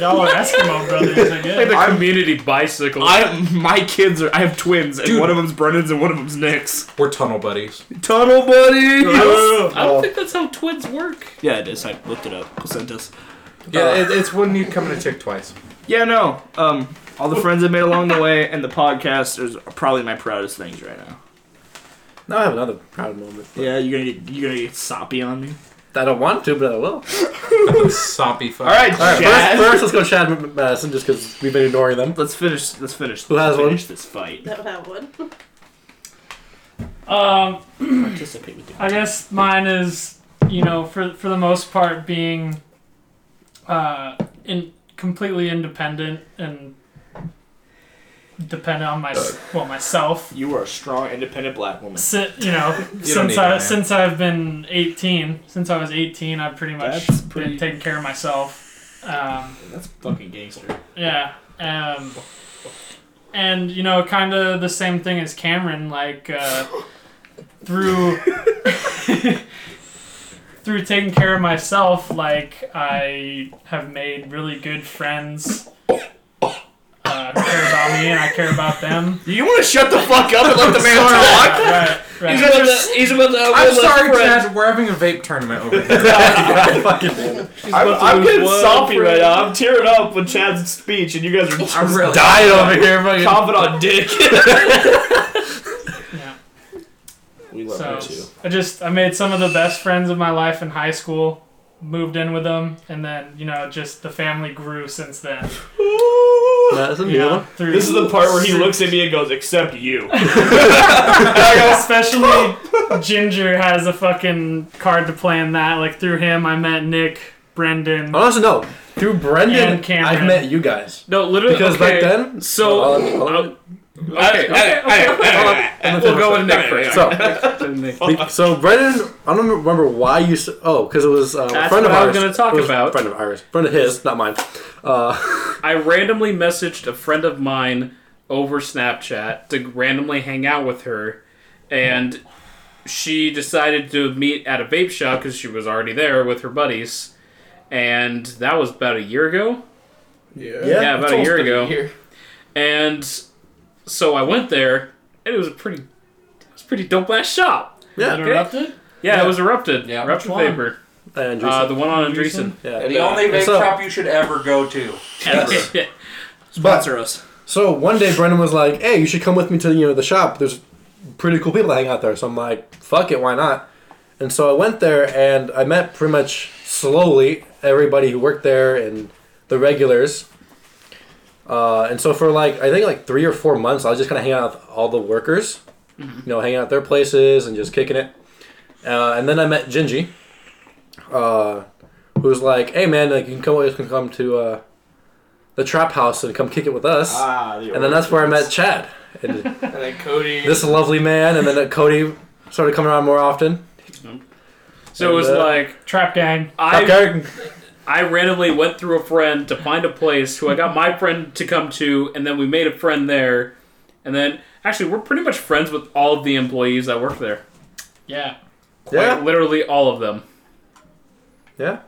Y'all are Eskimo brothers, I Like guess. the community bicycle. I my kids are. I have twins, and Dude. one of them's Brendan's and one of them's Nick's. We're tunnel buddies. Tunnel buddy. I don't think that's how twins work. yeah, it is. I looked it up. Placentas. Yeah, it, it's when you come in a tick twice. Yeah, no. Um, all the friends I made along the way and the podcast is probably my proudest things right now. Now I have another proud moment. Yeah, you're gonna get, you're gonna get soppy on me. I don't want to, but I will. Soppy fuck. All right, All right, Chad. first, first let's go Chad M- Madison, just because we've been ignoring them. let's finish. Let's finish. Who has let's one? finish this fight. That, that would. Um, Participate with you. I guess mine is, you know, for for the most part, being uh, in completely independent and dependent on my well myself. You are a strong, independent black woman. Si- you know, need since that, I man. since I've been 18, since I was 18, I've pretty much That's pretty- been taking care of myself. Um, That's fucking gangster. yeah. Um, and you know, kind of the same thing as Cameron, like uh, through through taking care of myself, like I have made really good friends uh, who care about about me and I care about them. You want to shut the fuck up and let the man talk? Right, right. He's about to. He's about to. I'm sorry, Chad. We're having a vape tournament over here. I'm, about to I'm lose getting one soppy right friend. now. I'm tearing up with Chad's speech, and you guys are just I'm really Died over here, fucking. chomping on dick. Yeah. We So I just I made some of the best friends of my life in high school. Moved in with them, and then you know just the family grew since then. That's a You new know, one. through This is the part where he looks at me and goes, "Except you." especially Ginger has a fucking card to play in that. Like through him, I met Nick, Brendan. Oh, that's a no. Through Brendan, And Cameron. I've met you guys. No, literally. Because okay. back then, So- Well, I'll- I'll- Okay, okay, okay. We'll go with Nick first. so, be- so Brendan, I don't remember why you. s- Oh, because it was uh, a That's friend of what I was ours. gonna talk It was a about. friend of ours, friend of his, not mine. Uh, I randomly messaged a friend of mine over Snapchat to randomly hang out with her, and she decided to meet at a vape shop because she was already there with her buddies, and that was about a year ago. yeah, Yeah, about it's a almost year been ago. And so I went there, and it was a pretty, it was a pretty dope ass shop. Yeah, interrupted. Yeah, it was erupted. Yeah, erupted Which one? paper. and Jason. Uh, the one on Andreessen. yeah. The only vape So- shop you should ever go to. But, us. so one day Brendan was like, "Hey, you should come with me to you know the shop. There's pretty cool people that hang out there." So I'm like, "Fuck it, why not?" And so I went there and I met pretty much slowly everybody who worked there and the regulars. Uh, and so for like I think like three or four months, I was just kind of hanging out with all the workers, you know, hanging out at their places and just kicking it. Uh, and then I met Gingy, uh, who was like, "Hey man, like you can come, you can come to uh, the trap house and come kick it with us." Ah, the and then that's where I met Chad, and And then Cody. this lovely man. And then Cody started coming around more often. So it was And, uh, like Trap gang. I Okay. I randomly went through a friend to find a place who I got my friend to come to, and then we made a friend there, and then actually we're pretty much friends with all of the employees that work there. Yeah. Like, Yeah. literally all of them. Yeah.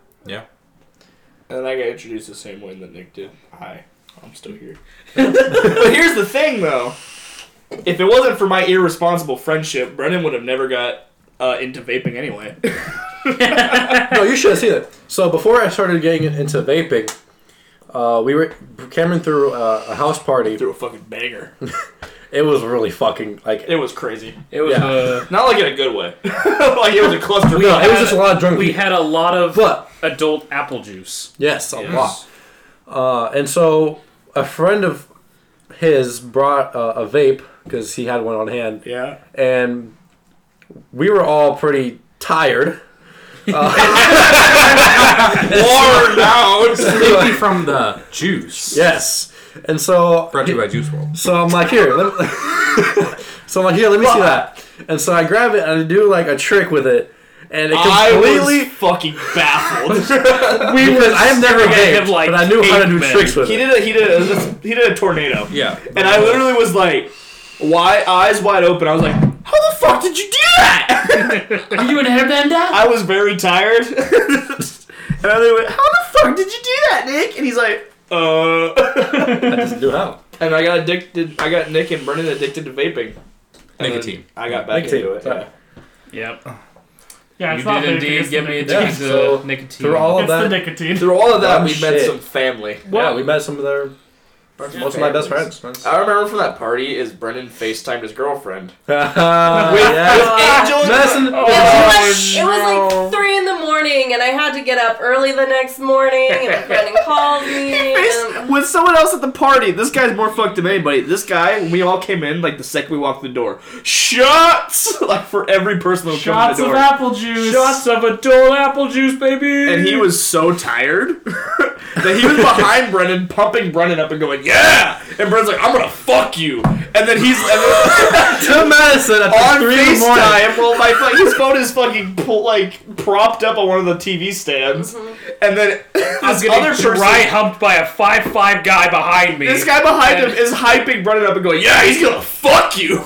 And I got introduced the same way that Nick did. Hi, I'm still here. but here's the thing, though. If it wasn't for my irresponsible friendship, Brennan would have never got uh, into vaping anyway. no, you should have seen it. So before I started getting into vaping, uh, we were Cameron threw uh, a house party. Through a fucking banger. It was really fucking like It was crazy. It was Yeah. uh, Not like in a good way. like it was a cluster. no, it was just a lot of drunk we people. had a lot of But adult apple juice. yes, a lot. Uh, and so a friend of his brought uh, a vape because he had one on hand, yeah. and we were all pretty tired. Uh, Or out. Maybe from the juice. Yes, and so Brought to you by Juice World. So I'm like, here. Let me, so I'm like, here. Let me see that. And so I grab it and I do like a trick with it, and it I completely. was fucking baffled. we were. I have never staring at him baked, like but I knew how to do cavemen. tricks with he it. did a he did a he did a tornado. Yeah. And I literally was like, why eyes wide open. I was like, how the fuck did you do that? Are you in headband? I was very tired. and I literally went, how the fuck did you do that, Nick? And he's like, uh. I just knew how. and I got addicted. I got Nick and Brennan addicted to vaping. And Nicotine. then I got back Nicotine, into it. sorry. Yeah. Yep. Yeah, it's you not did vaping, indeed it's give the me a nicotine. Yeah, taste so of nicotine. Through all of It's the that, nicotine. Through all of that, Oh, we met shit. some family. yeah, we met some of their most of my best friends. I remember from that party is Brennan FaceTimed his girlfriend. Uh, yeah. Angel and- Madison- oh. it was like three in the morning, and I had to get up early the next morning. And Brendan called me. and- with someone else at the party. This guy's more fucked than anybody. This guy, when we all came in, like the second we walked in the door, shots! Like for every person that came in Shots the of door. apple juice. Shots of adult apple juice, baby. and he was so tired that he was behind Brennan, pumping Brennan up and going, "Yeah!" And Brennan's like, "I'm gonna fuck you," and then he's and then- to Madison at on the three in the morning. FaceTime. Well, my like, his phone is fucking pull, like propped up on one of the TV stands, and then I was this getting other dry person. humped by a five five guy behind me. This guy behind him is hyping Brennan up and going, "Yeah, he's gonna fuck you."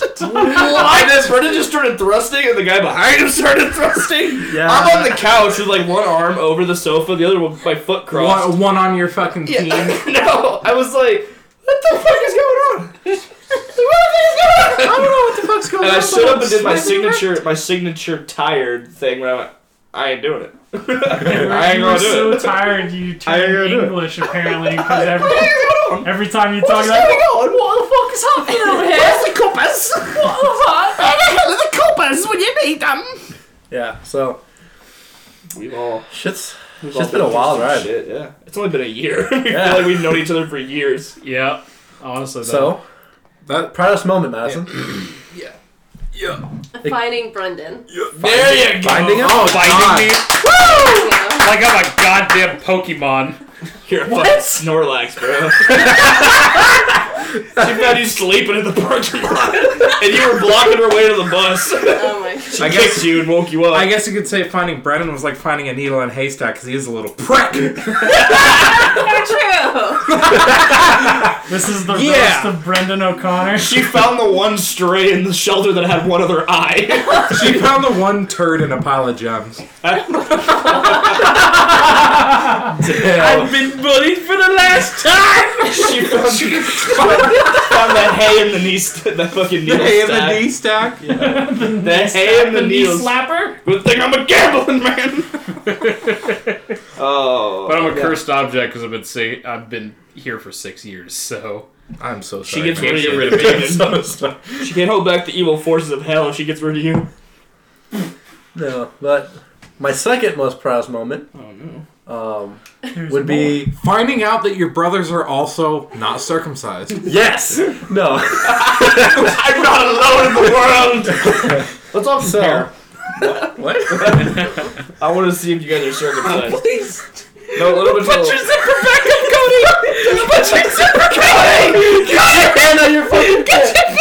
and then Brennan just started thrusting, and the guy behind him started thrusting. Yeah. I'm on the couch with like one arm over the sofa, the other one with my foot crossed. One, one on your fucking team. Yeah. no, I was like, What the fuck is going on? What the fuck is going on? I don't know what the fuck's going And on. I stood but up and did my I'm smiling. signature, my signature tired thing where I went, I ain't doing it. I ain't you gonna were do so it. tired you I ain't gonna turned do it. English apparently because every, every time you talk What's about going on? What the fuck is happening over here? Where's the compass? What the fuck? Where the hell are the compass when you need um. them? Yeah, so We've all. shit's We've Shit's all been a through wild some ride. Shit, yeah. It's only been a year. I Yeah. feel like we've known each other for years. Yeah. Honestly, so though. that proudest moment, Madison. Finding Brendan. There you go. Finding him. Oh, biting me Yeah. like I'm a goddamn Pokemon. You're a fucking Snorlax, bro. she found you sleeping in the parking lot, and you were blocking her way to the bus. Oh my god. She kicked you and woke you up. I guess you could say finding Brennan was like finding a needle in a haystack because he is a little prick. True. this is the Yeah. roast of Brendan O'Connor. she found the one stray in the shelter that had one other eye. she found the one turd in a pile of gems. I've been bullied for the last time. she found, found, found that hay in the knee, st- that fucking needle Hey, in the stack. knee stack. The, hay in the, the knee needles. slapper. Good thing I'm a gambling man. oh, But I'm a cursed object because I've been say- I've been here for six years. So I'm so sorry. She gets Can't rid get of rid you. of me. She can't hold back the evil forces of hell if she gets rid of you. No, but my second most proudest moment. Oh, Um, would be Finding out that your brothers are also not circumcised. yes. No. I'm not alone in the world. Let's all So. compare. I want to see if you guys are circumcised. please. No, a little bit. Put your zipper back up, Cody. Put your zipper, Cody. Get your hand on your fucking. Get your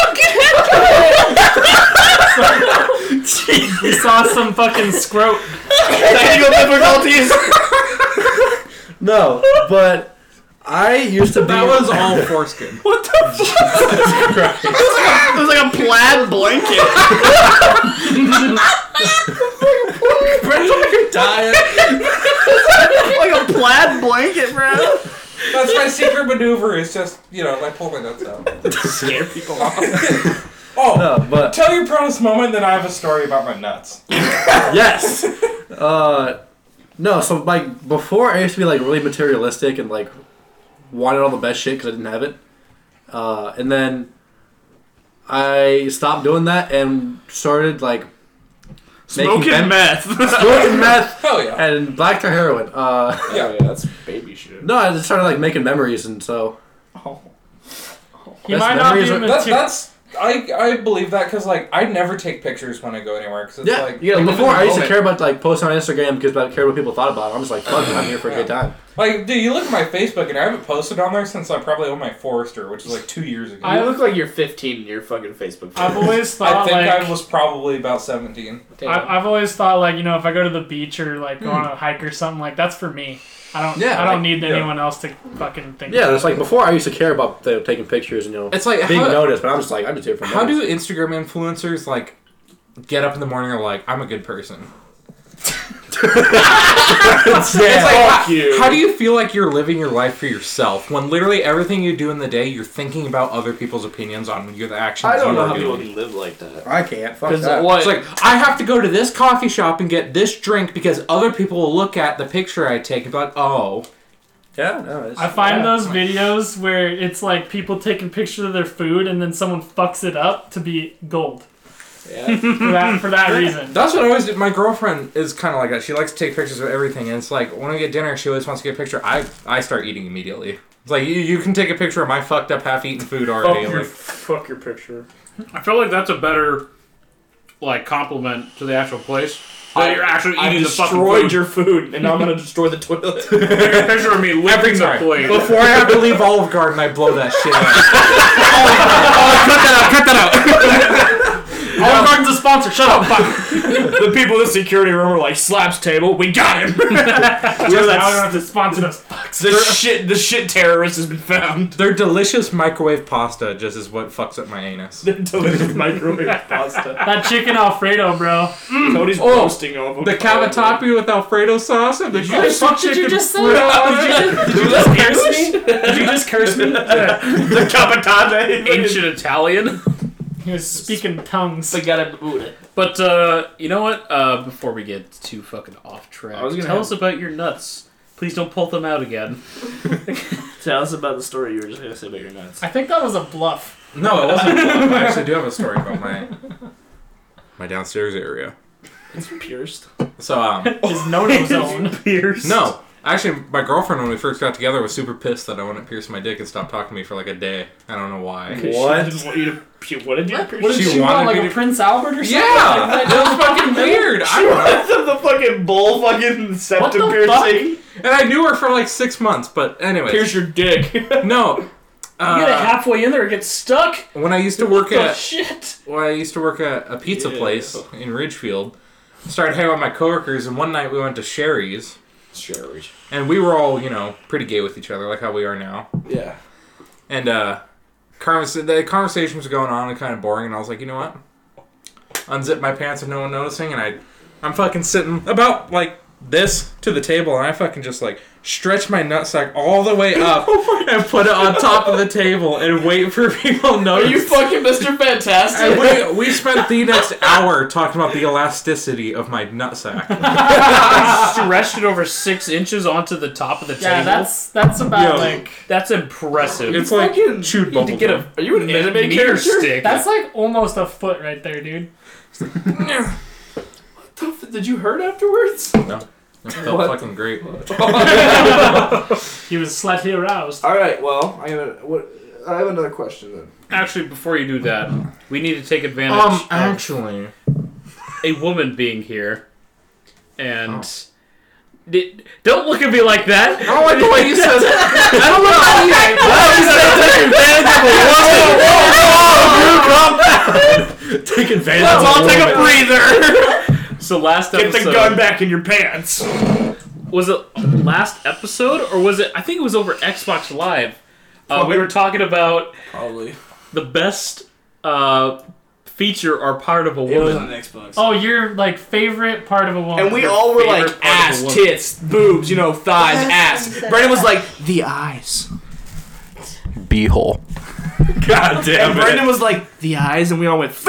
fucking We saw some fucking scrote. Technical difficulties. No, but I used to be. That was all foreskin. What the fuck? it was like a plaid blanket. like a plaid blanket, bro. That's my secret maneuver is just, you know, I pull my nuts out. Scare people Oh, No, but tell your proudest moment, then I have a story about my nuts. yes. Uh, no, so like before, I used to be like really materialistic and like wanted all the best shit because I didn't have it. Uh, and then I stopped doing that and started like Smoking making meth. smoking meth, Oh, Hell yeah. and black to heroin. Uh, yeah, that's baby shit. no, I just started like making memories, and so He That's might not be memories are- material. That's, that's, I, I believe that because, like, I never take pictures when I go anywhere because it's yeah. like, yeah like, before, in the I used to moment. care about like posting on Instagram because I cared what people thought about it. I'm just like, fuck, it, I'm here for a good time. Like, dude, you look at my Facebook and I haven't posted on there since I probably owned my Forester, which is like two years ago. You I, look like you're 15 in your fucking Facebook. I've photo. always thought think like I was probably about 17. I, I've always thought like you know if I go to the beach or like go on a hike or something like that's for me. I don't. Yeah, I don't like- need yeah. anyone else to fucking think. Yeah, about it's like before I used to care about the, taking pictures and you know It's like being how, noticed, but I'm just like I'm just here for how memories. do Instagram influencers like get up in the morning and are like I'm a good person? It's like, Fuck how, you. how do you feel like you're living your life for yourself when literally everything you do in the day you're thinking about other people's opinions on your the actions I don't you know are how people doing? can live like that. I can't. Fuck Because what? It's like I have to go to this coffee shop and get this drink because other people will look at the picture I take and be like, "Oh, Yeah, no, it's, I find yeah. those videos where it's like people taking pictures of their food and then someone fucks it up to be gold yeah. for that for that reason. That's what I always did. My girlfriend is kind of like that. She likes to take pictures of everything, and it's like when we get dinner, she always wants to get a picture. I I start eating immediately. It's like you, you can take a picture of my fucked up, half-eaten food already. Fuck your- Like, Fuck your picture. I feel like that's a better like compliment to the actual place. That I- you're actually I eating the fucking destroyed food. your food, and now I'm gonna destroy the toilet. Take a picture of me every licking the time. plate. Before I have to leave Olive Garden, I blow that shit up. Olive Garden's a sponsor. Shut up. Fuck. the people in the security room were like, "Slaps table, we got him." we were Now that we don't have to sponsor us. The shit, the shit terrorist has been found. Their delicious microwave pasta just is what fucks up my anus. Delicious microwave pasta. That chicken Alfredo, bro. Cody's Oh, roasting over. The cavatappi with Alfredo sauce and the What the fuck did you just say? Did you just curse me? Did you just curse me? The cavatappi. Ancient Italian. He was speaking tongues. gotta boot it. But uh, you know what? Uh, before we get too fucking off track, I was gonna tell have- us about your nuts. Please don't pull them out again. Tell us about the story you were just gonna say about your nuts. I think that was a bluff. No, it wasn't. I actually do have a story about my my downstairs area. It's pierced. So um, His no-no zone. Pierce. no, actually, my girlfriend when we first got together was super pissed that I wouldn't pierce my dick and stopped talking to me for like a day. I don't know why. What? She didn't want you to. She wanted you to pierce. What did She she, want? wanted Like me a to- Prince Albert or something? Yeah, Like it was fucking weird. I don't know. That's the fucking bull fucking What septum the fuck? piercing. And I knew her for like six months, but anyway, Pierce your dick. no. you get it Uh, halfway in there, it gets stuck. when I used to work Oh at shit! Well, I used to work at a pizza Yeah. place in Ridgefield. Started hanging out with my coworkers, and one night we went to Sherry's, Sherry. and we were all, you know, pretty gay with each other, like how we are now. Yeah. And uh, convers- the conversation was going on and kind of boring, and I was like, you know what? Unzip my pants with no one noticing, and I, I'm fucking sitting about like this to the table, and I fucking just like stretch my nutsack all the way up Oh and put it on top of the table and wait for people to Are notice. you fucking Mr. Fantastic? And we, we spent the next hour talking about the elasticity of my nutsack. stretched it over six inches onto the top of the Yeah, table. that's that's about Yo. like that's impressive. It's like Fucking- chewed you need to bubble get a Are you an anime meter character? stick. that's like almost a foot right there, dude. Tough- Did you hurt afterwards? It felt What? Um, fucking great. He was slightly aroused. All right. Well, I have a, what, I have another question then. Actually, before you do that, we need to take advantage Um, of actually, a woman being here. And D- don't look at me like that. oh. I don't like the way you said that. I don't know how you Oh, Take advantage. Let's all of take a breather. so last Get episode the gun back in your pants. was it last episode or was it? I think it was over Xbox Live. Uh, we were talking about Probably. the best uh, feature or part of a woman. Xbox. Oh, your like favorite part of a woman. And we all were favorite like part of a ass, woman. tits, boobs, you know, thighs, ass. Brendan was like the eyes. Beehole. God damn and it. Brendan was like the eyes, and we all went faggot.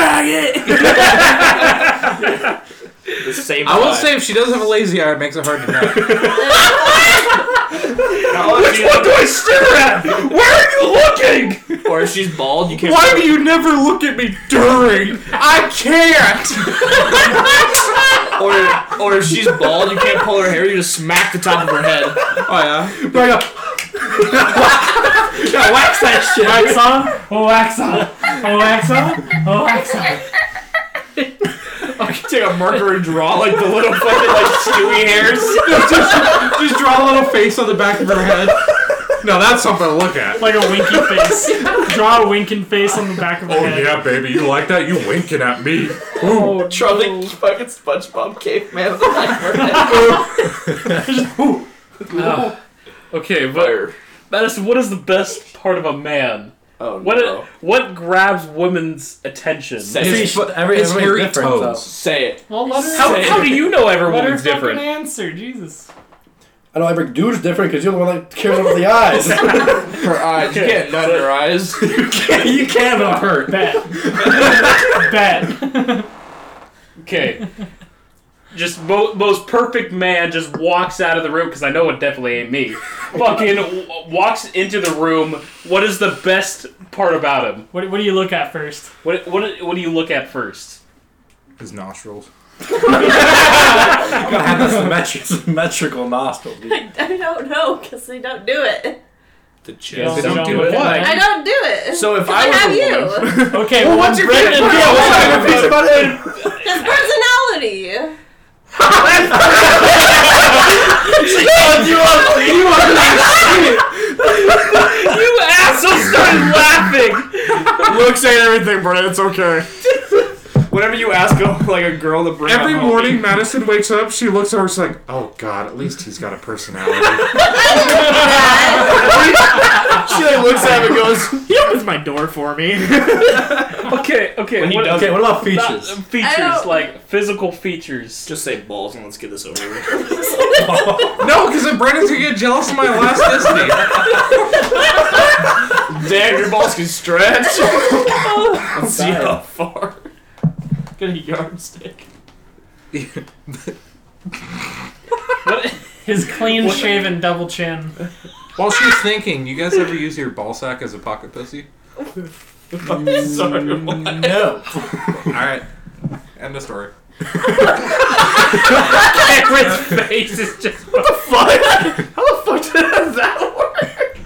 the same. I will vibe. say if she does have a lazy eye, it makes it hard to grab. Which one do I stare at? Where are you looking? Or if she's bald, you can't. Why do you never look at me during? I can't. Or, or if she's bald, you can't pull her hair. You just smack the top of her head. Oh yeah. Yeah, wax that shit. wax on, oh wax on, oh wax on, oh wax on. Take a marker and draw like the little fucking like stewy hairs. Just draw a little face on the back of her head. No, that's something to look at. Like a winky face. Draw a winking face on the back of Oh, her head. baby, you like that? You winking at me. Oh, draw the fucking SpongeBob caveman. Oh. Okay, but Madison, what is the best part of a man? Oh What no. what grabs women's attention? Say it. every, It's everybody's hairy different, so. toes. Say it. Well, let her, How, how do you know every let her woman's fucking different? answer, Jesus. I know every dude's different because you're the one that cares about the eyes. Her eyes. You can't nut in her eyes. you can't but I'm hurt. Bet. Bet. Okay. Just mo- most perfect man just walks out of the room because I know it definitely ain't me. Fucking w- walks into the room. What is the best part about him? What, what do you look at first? What what what do you look at first? His nostrils. I'm gonna have this symmetri- symmetrical nostril. Dude. I don't know because they don't do it. The Yeah, They so don't don't do look it. at I don't do it. So if 'Cause I was have a you, Okay, well, what's your Brendan, yeah, what's your favorite part of it? his personality. You asshole started laughing. Looks ain't everything, Brendan. It's okay. Whenever you ask a, like a girl to bring Every up morning, Madison wakes up. She looks over. She's like, "Oh God, at least he's got a personality." she like looks at him and goes, "He opens my door for me." Okay, okay. he what, does Okay, what about not- features? I features don't- like physical features. Just say balls and let's get this over with. no, because then Brandon's gonna get jealous of my elasticity. Damn, your balls can stretch. Let's see how far. Get a yardstick. what? His clean shaven double chin. While she's thinking, you guys ever use your ball sack as a pocket pussy? Sorry, what? Mm. No. All right, end of story. Cameron's face is just. fuck? How the fuck does that work?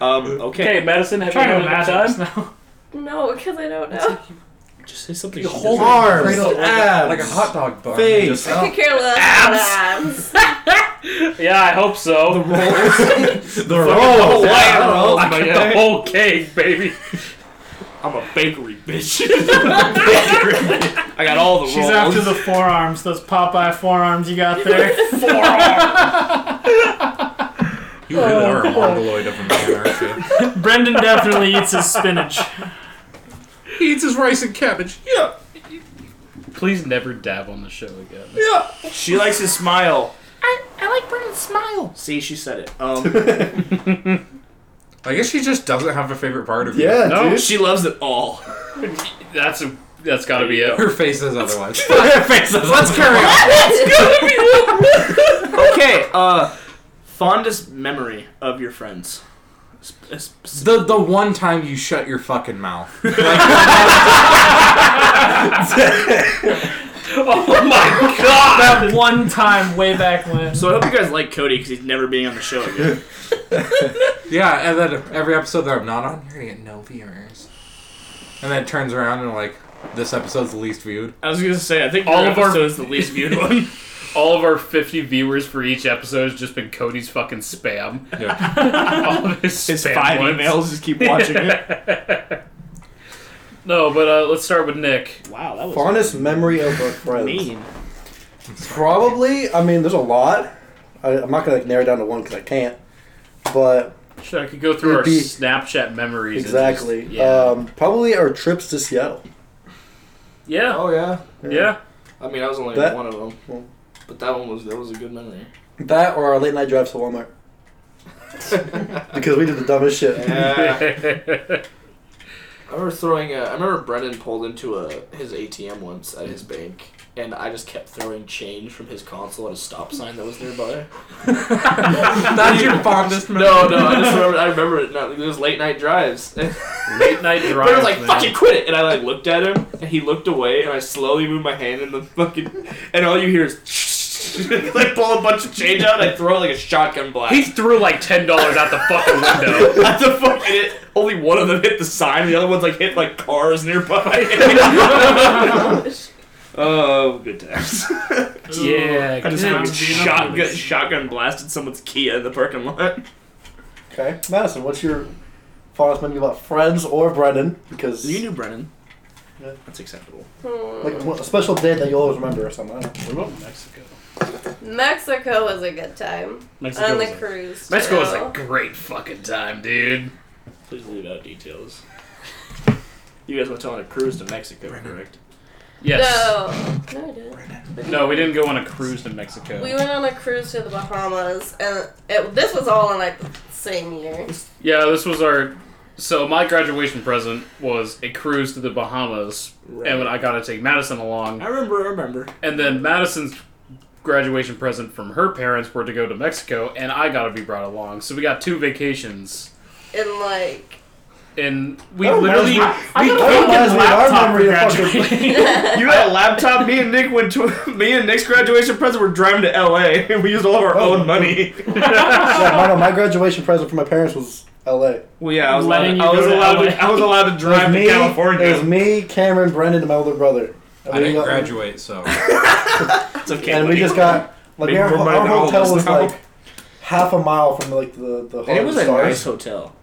Um, okay. Okay, Madison, have you Trying to had enough imagine this time? now. No, because I don't know. Just say something. Arms, Like a- abs, Like a hot dog bun. face. I could care less about abs. Yeah, I hope so. The rolls. whole yeah, lamb. the rolls. I Like can- the whole cake, baby. I'm a bakery bitch. I got all the She's rolls. after the forearms, those Popeye forearms you got there. You really are a mongoloid of a man, aren't you? Brendan definitely eats his spinach. He eats his rice and cabbage. Yeah, Please never dab on the show again. yeah. She likes his smile. I, I like Brennan's smile. See, she said it. Um, I guess she just doesn't have a favorite part of you. Yeah, No, dude. she loves it all. That's a. That's gotta be it. Her face is otherwise. Her face is Let's carry on. Okay, uh, fondest memory of your friends. S- s- s- The the one time you shut your fucking mouth. Oh my god! That one time way back when. So I hope you guys like Cody because he's never being on the show again. Yeah, and then every episode that I'm not on, you're gonna get no viewers. And then it turns around and like, this episode's the least viewed. I was gonna say I think All your of our- episode is the least viewed one. All of our 50 viewers for each episode has just been Cody's fucking spam. Yeah. All of his, His spam five ones. emails just keep watching it. No, but uh, let's start with Nick. Wow, that was Fondest memory of a friend. mean. Probably. I mean, there's a lot. I, I'm not gonna like, narrow it down to one because I can't. But Shit, I could go through our It'd be- Snapchat memories. and exactly. just- yeah. Um, probably our trips to Seattle. yeah. Oh yeah. Yeah. I mean, I was only That- one of them, but that one was that was a good memory. That or our late night drives to Walmart. because we did the dumbest shit. Yeah. I Uh, remember throwing. A, I remember Brennan pulled into a his ATM once at his bank, and I just kept throwing change from his console at a stop sign that was nearby. That's your fondest memory. No, no, I just remember. I remember it. No, it was late night drives. Late night drive. Brennan was like, man. "Fucking quit it!" And I like looked at him, and he looked away, and I slowly moved my hand in the fucking, and all you hear is like pull a bunch of change out. And I throw it like a shotgun blast. He threw like ten dollars out the fucking window. What the fuck? And it, only one of them hit the sign. The other one's like hit like cars nearby. Oh, good times. yeah, I just good fucking times. shotgun, shotgun blasted someone's Kia in the parking lot. Okay, Madison, what's your fondest memory about friends or Brendan? Because knew Brennan. Yeah. That's acceptable. like a special date that you always remember or something. I don't know. What about Mexico? Mexico was a good time. Mexico on the was a- cruise. Mexico was too. a great fucking time, dude. Please leave out details. You guys went on a cruise to Mexico, correct? Yes. No. No, I didn't. No, we didn't go on a cruise to Mexico. We went on a cruise to the Bahamas, and it, this was all in like the same year. yeah, this was our. So my graduation present was a cruise to the Bahamas, and when I got to take Madison along, I remember, I remember. and then Madison's graduation present from her parents were to go to Mexico, and I got to be brought along. So we got two vacations, And like, and we Oh, literally. I got a That broken reminds me of our laptop for memory of fucking- graduating. You had a laptop. Me and Nick went to me and Nick's graduation present. We're driving to L.A. and we used all of Oh. our own money. yeah, mine- my graduation present for my parents was L.A. Well, yeah, I was allowed, Letting to, you I was go to allowed LA. to. I was allowed to It was drive to me, It was California. me, Cameron, Brendan, and my older brother. And I we didn't got- graduate, so It's okay, And we buddy. just got like Maybe our, we're our running out of hotel this was now. like half a mile from like the the And it was a Hollywood nice stars. hotel.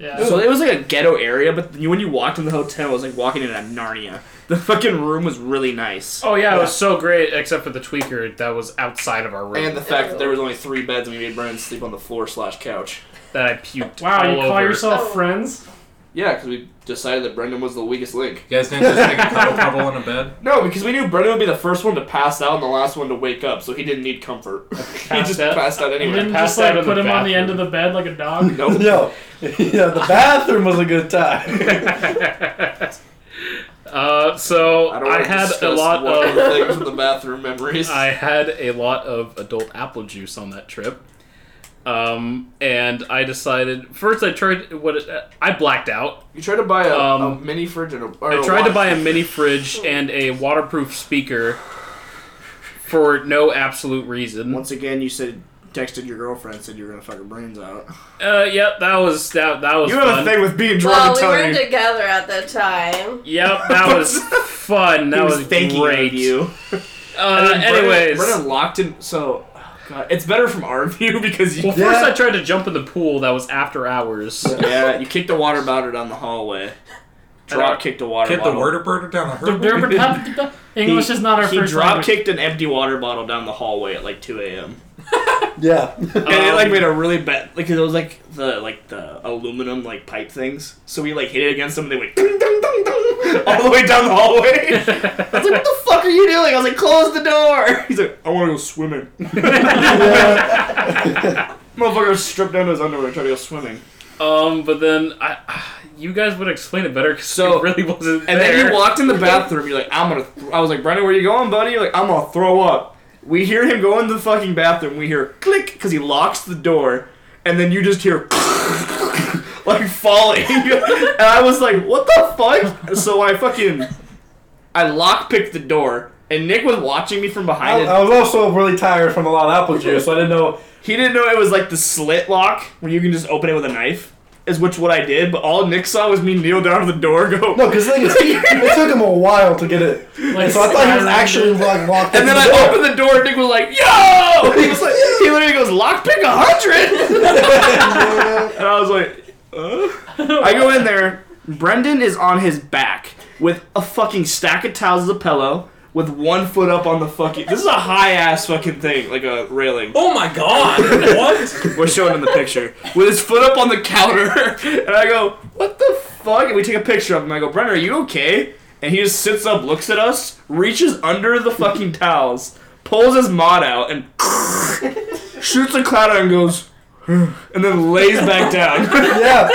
Yeah. So it was like a ghetto area, but you- when you walked in the hotel, it was like walking into Narnia. The fucking room was really nice. Oh yeah, it was so great, except for the tweaker that was outside of our room And the fact that there was only three beds and we made Brennan sleep on the floor slash couch. that I puked. Wow, all you call over. yourself friends? Yeah, because we decided that Brendan was the weakest link. You guys didn't just like cuddle cuddle in a bed. No, because we knew Brendan would be the first one to pass out and the last one to wake up, so he didn't need comfort. he just out? passed out You anyway. didn't passed just like out in put the him on the end of bathroom. the bed like a dog? Nope. No. yeah, the bathroom was a good time. Uh, so I don't wanna I had a discuss lot what of other things with the bathroom memories. I had a lot of adult apple juice on that trip. Um, and I decided first I tried what it, I blacked out. you tried to buy a, a Um, mini fridge and a. Or I a tried to wa- buy a mini fridge and a waterproof speaker for no absolute reason. Once again, you said texted your girlfriend said you were gonna fuck her brains out. Uh, yep, that was that that was fun. with being Well, we weren't together at the time. Yep, that was fun. That That was, was thanking great. you. Uh, anyways, Brennan, Brennan locked in. So, oh God, it's better from our view because you. well, first Yeah. I tried to jump in the pool. That was after hours. yeah, you kicked the water bottle down the hallway. Drop kicked a water Get the bottle. worder birder down the The herd. Durban- English is not our he first drop language. kicked an empty water bottle down the hallway at like 2 a.m. Yeah. and it like Um, made a really bad like 'cause it was like the like the aluminum like pipe things. So we like hit it against them and they went ding ding ding ding all the way down the hallway. I was like, what the fuck are you doing? I was like, close the door. He's like, I want to go swimming. Motherfucker stripped down to his underwear and tried to go swimming. Um, but then I, you guys would explain it better because So- it really wasn't. And there. then you walked in the bathroom. You're like, I'm gonna. Th-. I was like, Brendan, where you going, buddy? You're like, I'm gonna throw up. We hear him go in the fucking bathroom. We hear click because he locks the door, and then you just hear like falling. and I was like, what the fuck? So I fucking I lockpicked the door, and Nick was watching me from I, behind. I it. was also really tired from a lot of apple juice, so I didn't know. He didn't know it was like the slit lock where you can just open it with a knife. Is which what I did, but all Nick saw was me kneel down to the door, go. No, because it, it took him a while to get it. Like, So I thought he was actually like locked And then I opened the door, and Nick was like, "Yo!" He was like, he literally goes, "Lockpick a hundred. and I was like, uh? I go in there. Brendan is on his back with a fucking stack of towels as a pillow, with one foot up on the fucking. This is a high ass fucking thing, like a railing. Oh my god! What? We're showing him the picture with his foot up on the counter, and I go, "What the fuck?" And we take a picture of him. I go, "Brendan, are you okay?" And he just sits up, looks at us, reaches under the fucking towels, pulls his mod out, and shoots a cloud out and goes, and then lays back down. Yeah.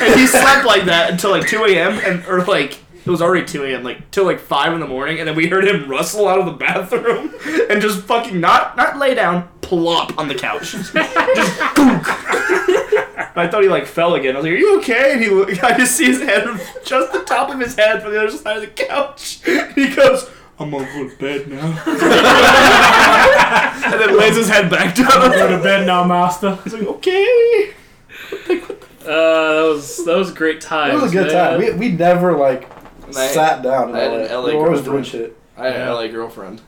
and he slept like that until like 2 a.m. and or like. It was already 2 a.m., like, till like 5 in the morning, and then we heard him rustle out of the bathroom and just fucking not, not lay down, plop on the couch. just goonk. I thought he like fell again. I was like, Are you okay? And he, lo- I just see his head, just the top of his head from the other side of the couch. And he goes, I'm gonna go to bed now. and then lays his head back down. Go to bed now, master. I was like, okay. Uh, that was that was great time. It was a good time. We, we never like sat down. In I had LA. an LA we were always doing girlfriend. shit. I had an LA girlfriend.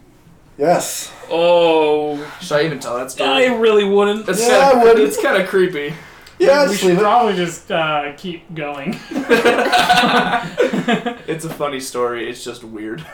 Yes. oh, Should I even tell that story? I really wouldn't. It's Yeah, kinda, I wouldn't. It's kind of creepy. Yeah, we just should leave it. probably just uh, keep going. It's a funny story. It's just weird.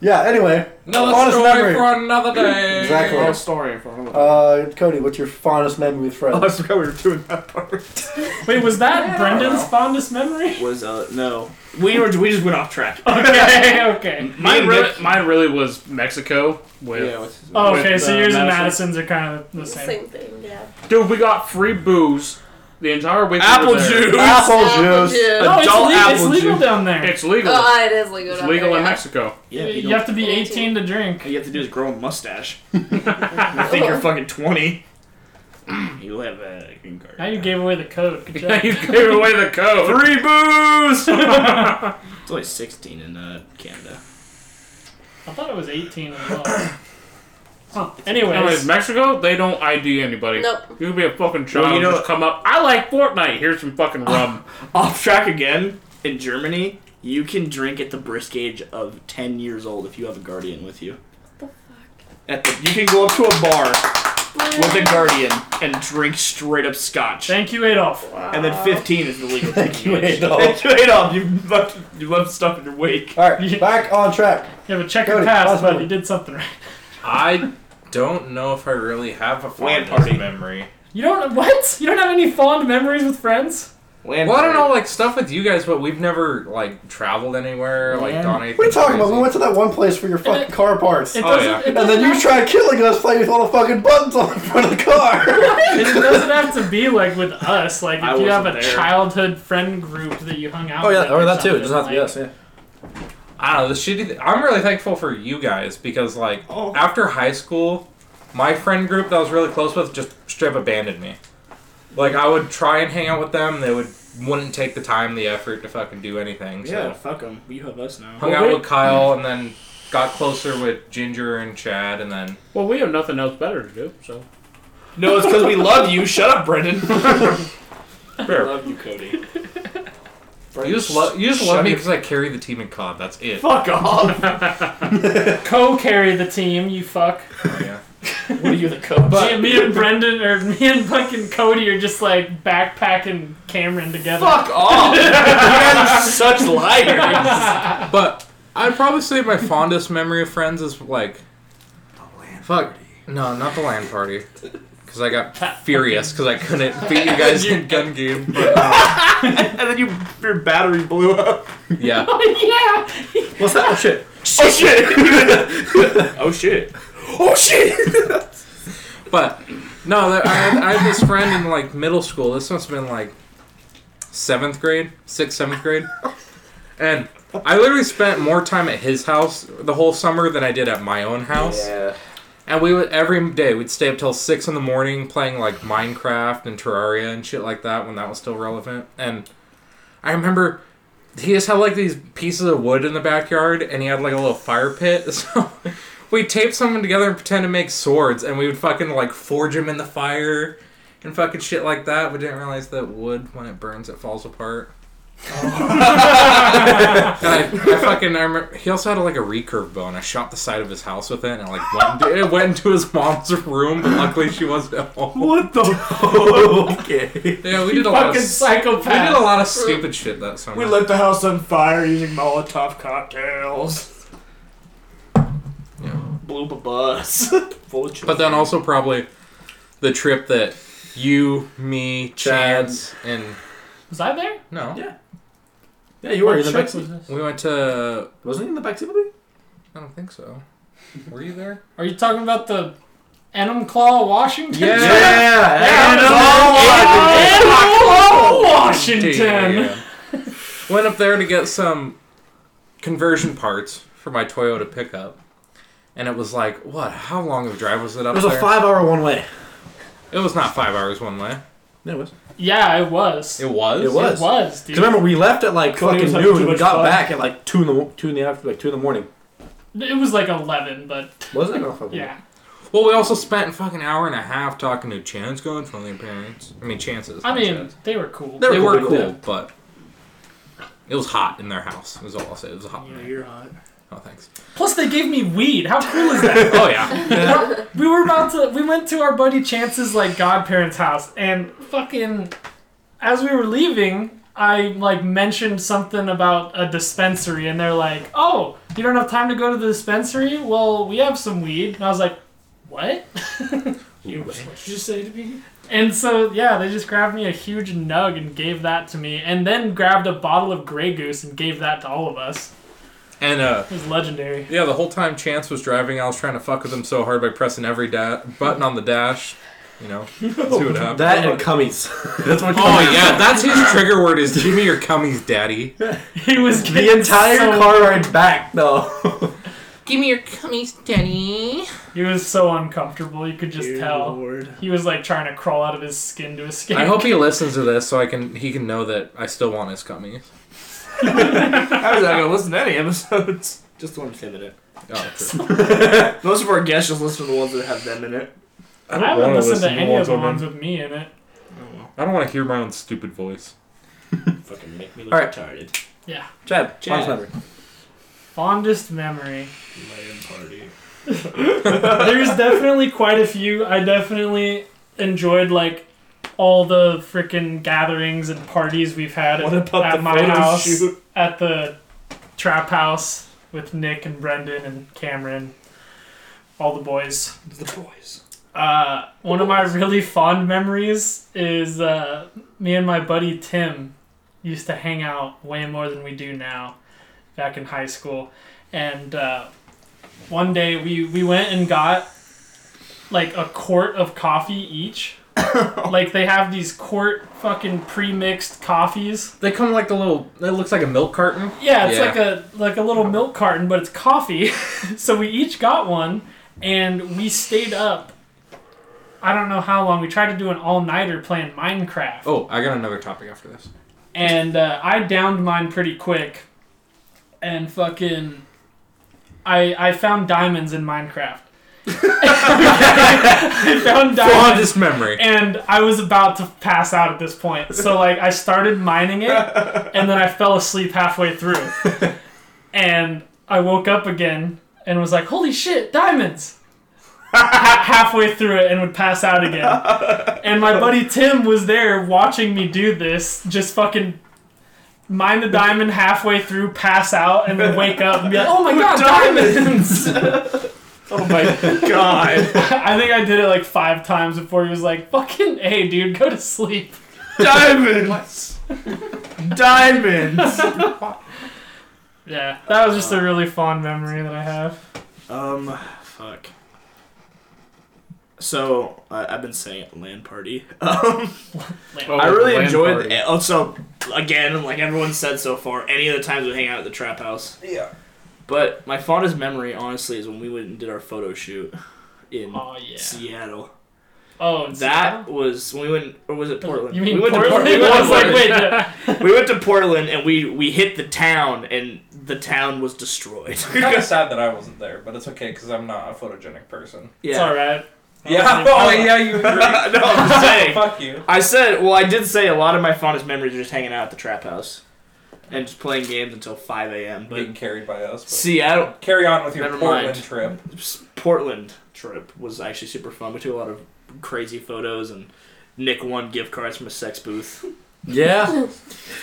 Yeah. Anyway, Another Honest story memory. for another day. Exactly. Long story for another. uh, Cody, what's your fondest memory with friends? Oh, I forgot we were doing that part. Wait, was that Brendan's fondest memory? Was uh no. We were we just went off track. Okay, okay. mine and really, Nick- mine really was Mexico with. Oh, okay, With, so uh, yours and Madison. Madison's are kind of the same. Same thing, yeah. Dude, we got free booze the entire week. we were Apple there. juice. Apple juice. No, it's, Adult le- it's apple legal juice. down there. It's legal. Oh, it is legal. it's down legal there, in yeah. Mexico. Yeah, you you, have to be 18 18 to drink. you have to do is grow a mustache. I think you're fucking twenty. You'll have a green card. Now you gave away the code. Good job. you gave away the code. Three booze. it's only sixteen in uh, Canada. I thought it was 18 as well. Huh. Anyways, Anyways, Mexico, they don't ID anybody. Nope. You could be a fucking child Well, you and know- just come up. I like Fortnite. Here's some fucking rum. Off track again. In Germany, you can drink at the brisk age of ten years old if you have a guardian with you. What the fuck? At the, you can go up to a bar With with a guardian and drink straight up scotch. Thank you, Adolf. and then 15 is the legal Thank you, Adolf. Thank you, Adolf. You left, you left stuff in your Oh, wake. All right, back on track. You have a check Cody, and pass, last but one. you did something right. I don't know if I really have a Land fondness party. memory. You don't what? You don't have any fond memories with friends? Land Well, I don't party. know, like stuff with you guys, but we've never like traveled anywhere, like Yeah. done anything. What are you talking about? crazy. We went to that one place for your fucking car parts. It Oh, doesn't. yeah. It and doesn't then you have, tried killing us playing with all the fucking buttons on the front of the car. It doesn't have to be like with us. Like I if you have a wasn't there. childhood friend group that you hung out. Oh yeah, with or that too. It doesn't have to something, be us. like- Yeah. I don't know. The shitty. Th- I'm really thankful for you guys because, like, Oh. after high school, my friend group that I was really close with just straight up abandoned me. Like, I would try and hang out with them, they would wouldn't take the time, the effort to fucking do anything. So Yeah, fuck them. You have us now. hung out with Kyle and then got closer with Ginger and Chad and then Well, we have nothing else better to do, so. No, it's because we love you. Shut up, Brendan. Love you, Cody. you just love you just Shut love me your- because I carry the team in COD. That's it. Fuck off. Co-carry the team, you fuck. Yeah. what are you, the coach? me, me and Brendan, or me and fucking Cody, are just like backpacking Cameron together. Fuck off. Oh, you guys are such liars. But I'd probably say my fondest memory of friends is like fuck. No, not the land party. Because I got furious because I couldn't beat you guys in gun game. But, uh, and then you, your battery blew up. yeah. yeah. What's that? Oh shit. Oh, shit. oh, shit. Oh, shit. But no, there- I had, I had this friend in like middle school. This must have been like seventh grade, sixth, seventh grade, and I literally spent more time at his house the whole summer than I did at my own house. Yeah. And we would every day we'd stay up till six in the morning playing like Minecraft and Terraria and shit like that when that was still relevant. And I remember he just had like these pieces of wood in the backyard and he had like a little fire pit. So we taped someone together and pretend to make swords and we would fucking like forge them in the fire and fucking shit like that. We didn't realize that wood when it burns it falls apart. and I, I fucking I remember he also had like a recurve bow and I shot the side of his house with it and it like went into, it went into his mom's room but luckily she wasn't at home. What the fuck? okay. Yeah, we did a lot Fucking of we psychopath. did a lot of stupid shit that summer. We lit the house on fire using Molotov cocktails. Yeah. Blew up a bus. Full of But then also probably the trip that you, me, Chad. Chance, and Was I there? no, Yeah. Yeah, Oh, you were in the What back trip seat. was this? we went to. Wasn't he in the back seat with me? I don't think so. Were you there? Are you talking about the Enum Claw Washington? Yeah. trip? Yeah. Enum Claw Washington. Damn. went up there to get some conversion parts for my Toyota pickup, and it was like, what? How long of a drive was it up It was there? a five-hour one-way. it was not five hours one way. Yeah, it was. Yeah, it was. It was. It was. It was, dude. Because remember, we left at like Cody was fucking having too noon and we much got fun. back at like two in the two in the after like two in the morning. It was like 11, but Was it? Oh, fuck. yeah. Well, we also spent a fucking hour and a half talking to Chance going from their parents. I mean, chances. I not mean, Chance. they were cool. they were cool, cool, yeah. but it was hot in their house. Is all I'll say. It was hot. in there. You're hot. Oh, thanks. Plus, they gave me weed. How cool is that? Oh yeah. we were about to we went to our buddy chance's like godparents house and fucking as we were leaving i like mentioned something about a dispensary and they're like oh you don't have time to go to the dispensary well we have some weed and i was like what You, what did you say to me? and so yeah they just grabbed me a huge nug and gave that to me and then grabbed a bottle of gray goose and gave that to all of us and uh, it was legendary yeah, the whole time Chance was driving, I was trying to fuck with him so hard by pressing every da- button on the dash. You know, see what happens. That and Cummies. That's what. Oh yeah, that's his trigger word is "Give me your cummies, daddy." he was The getting entire so- car ride back, though. Give me your cummies, Denny. he was so uncomfortable you could just Dear tell Lord. He was like trying to crawl out of his skin to escape. I hope he listens to this so I can he can know that I still want his cummies. I was not gonna listen to any episodes. Just the ones that have it. Oh, true. Most of our guests just listen to the ones that have them in it. I, haven't listened to any of the ones with me in it. I don't want to hear my own stupid voice. Fucking make me look Alright. retarded. Yeah. Chad, Chad. Chad. Fondest memory. Land party. There's definitely quite a few. I definitely enjoyed like all the freaking gatherings and parties we've had at, What about at the my photo house, shoot? at the trap house with Nick and Brendan and Cameron, all the boys. The boys. Uh, one of my really fond memories is uh, me and my buddy Tim used to hang out way more than we do now back in high school. And uh, one day we, we went and got like a quart of coffee each. like they have these quart fucking pre-mixed coffees. They come like the little. It looks like a milk carton. Yeah, it's Yeah. like a like a little milk carton, but it's coffee. so we each got one, and we stayed up. I don't know how long. We tried to do an all nighter playing Minecraft, Oh, I got another topic after this. and uh, I downed mine pretty quick, and fucking, I I found diamonds in Minecraft. I found diamonds Fondest memory. and I was about to pass out at this point. So like I started mining it and then I fell asleep halfway through. And I woke up again and was like, "Holy shit, diamonds." Ha- halfway through it and would pass out again. And my buddy Tim was there watching me do this, just fucking mine the diamond halfway through, pass out, and then wake up and be like, "Oh my god, diamonds!" Oh my god. I think I did it like five times before he was like, "Fucking hey, dude, go to sleep." Diamonds. Diamonds. Yeah, that was just a really fond memory that I have. Um, fuck. So I I've been saying land party. Um, Oh, I really land enjoyed. party. Also, again, like everyone said so far, any of the times we hang out at the trap house. Yeah. But my fondest memory, honestly, is when we went and did our photo shoot in Oh yeah. Seattle. That Oh, and Seattle? was when we went, or was it Portland? You mean we went Portland? To Port- we went I to was like, Portland. wait. no. we went to Portland and we we hit the town and the town was destroyed. kind of sad that I wasn't there, but it's okay because I'm not a photogenic person. It's all right. Yeah. Oh yeah, you agree. no, I'm just saying. Fuck you. I said, well, I did say a lot of my fondest memories are just hanging out at the trap house and just playing games until 5 a.m. But Being carried by us. but- Seattle, Carry on with your Never Portland mind. trip. Portland trip was actually super fun. We took a lot of crazy photos and Nick won gift cards from a sex booth. Yeah.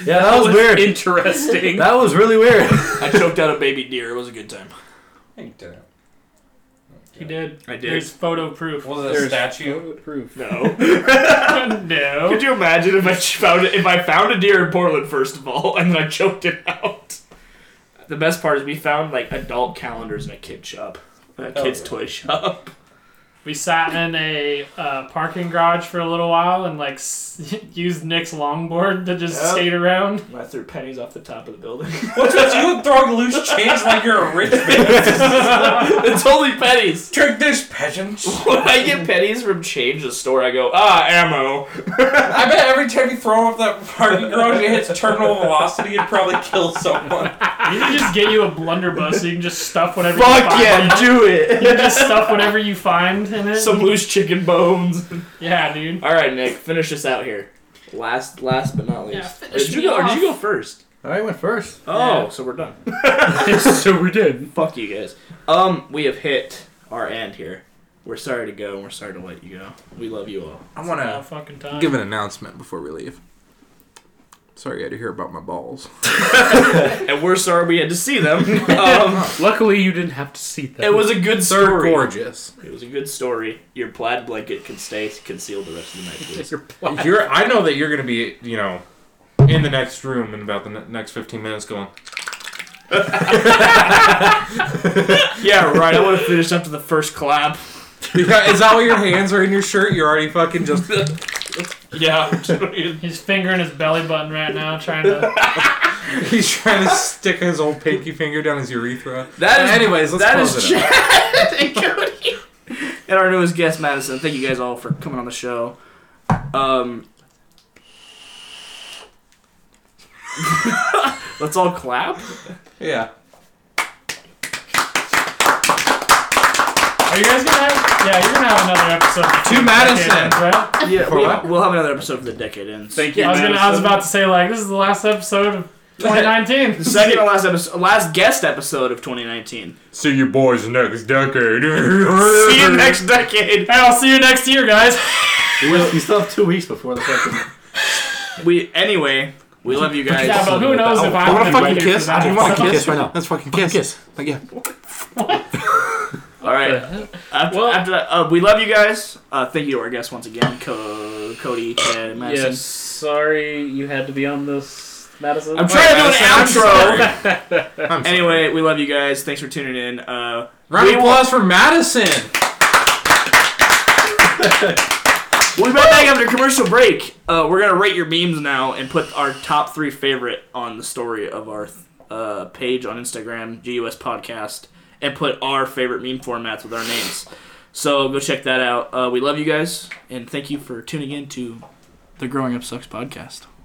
Yeah, that was weird. Interesting. That was really weird. I choked out a baby deer. It was a good time. No, you didn't. He did. I did. There's photo proof. Was it a There's- statue? No. no. Could you imagine if I found if I found a deer in Portland first of all, and then I choked it out? The best part is we found like adult calendars in a kid shop, a Oh, kid's yeah. toy shop. We sat in a uh, parking garage for a little while and like s- used Nick's longboard to just Yep. skate around. I threw pennies off the top of the building. What's with you throwing loose change like you're a rich man? it's only pennies. Drink this, peasants. When I get pennies from change the store, I go ah ammo. I bet every time you throw off that parking garage, it hits terminal velocity and probably kills someone. You can just get you a blunderbuss so you can just stuff whatever you Fuck find. yeah, do You can it. just stuff whatever you find in it. Some loose chicken bones. yeah, dude. All right, Nick, finish us out here. Last, last but not least. Yeah, Or finish did you me go? Or did you off. go first? I went first. Oh, so we're done. so we did. Fuck you guys. Um, we have hit our end here. We're sorry to go, and we're sorry to let you go. We love you all. I want Oh, to fucking time. give an announcement before we leave. Sorry, I had to hear about my balls. And we're sorry we had to see them. Um, Luckily, you didn't have to see that. it was a good They're story. gorgeous. It was a good story. Your plaid blanket can stay concealed the rest of the night, please. Your plot. You're. I know that you're gonna be. You know, in the next room in about the ne- next 15 minutes, going. yeah, right. I want to finish up to the first clap. Is that why your hands are in your shirt? You're already fucking just. Yeah. He's fingering his belly button right now, trying to. He's trying to stick his old pinky finger down his urethra. That is- Anyways, let's that close is it. and Cody. up. And our newest guest, Madison. Thank you guys all for coming on the show. Um, let's all clap. Yeah. Are you guys gonna have? Yeah, you're gonna have another episode. of To Madison. right? Yeah, For we, what? we'll have another episode for the decade ends. Thank you. I was gonna. I was Madison. about to say like this is the last episode of 2019. Second to last episode, last guest episode of 2019. See you boys next decade. See you next decade. Hey, I'll see you next year, guys. We, we still have two weeks before the fucking. We anyway, we love you guys. Yeah, but who knows if I I would want to fucking be ready kiss. for that. I do want to Fucking kiss kiss right now. Let's fucking kiss. kiss. Like, yeah. All right. After, Well- after that, uh, we love you guys. Uh, thank you to our guests once again, Co- Cody, Ted, Madison. Yes, sorry you had to be on this, Madison. I'm trying to do an Madison, I'm outro. I'm sorry. Anyway, we love you guys. Thanks for tuning in. Uh, Round we of applause for Madison. We'll be right back after commercial break. Uh, we're gonna rate your memes now and put our top three favorite on the story of our uh, page on Instagram, GUS Podcast, and put our favorite meme formats with our names. So go check that out. Uh, we love you guys, and thank you for tuning in to the Growing Up Sucks podcast.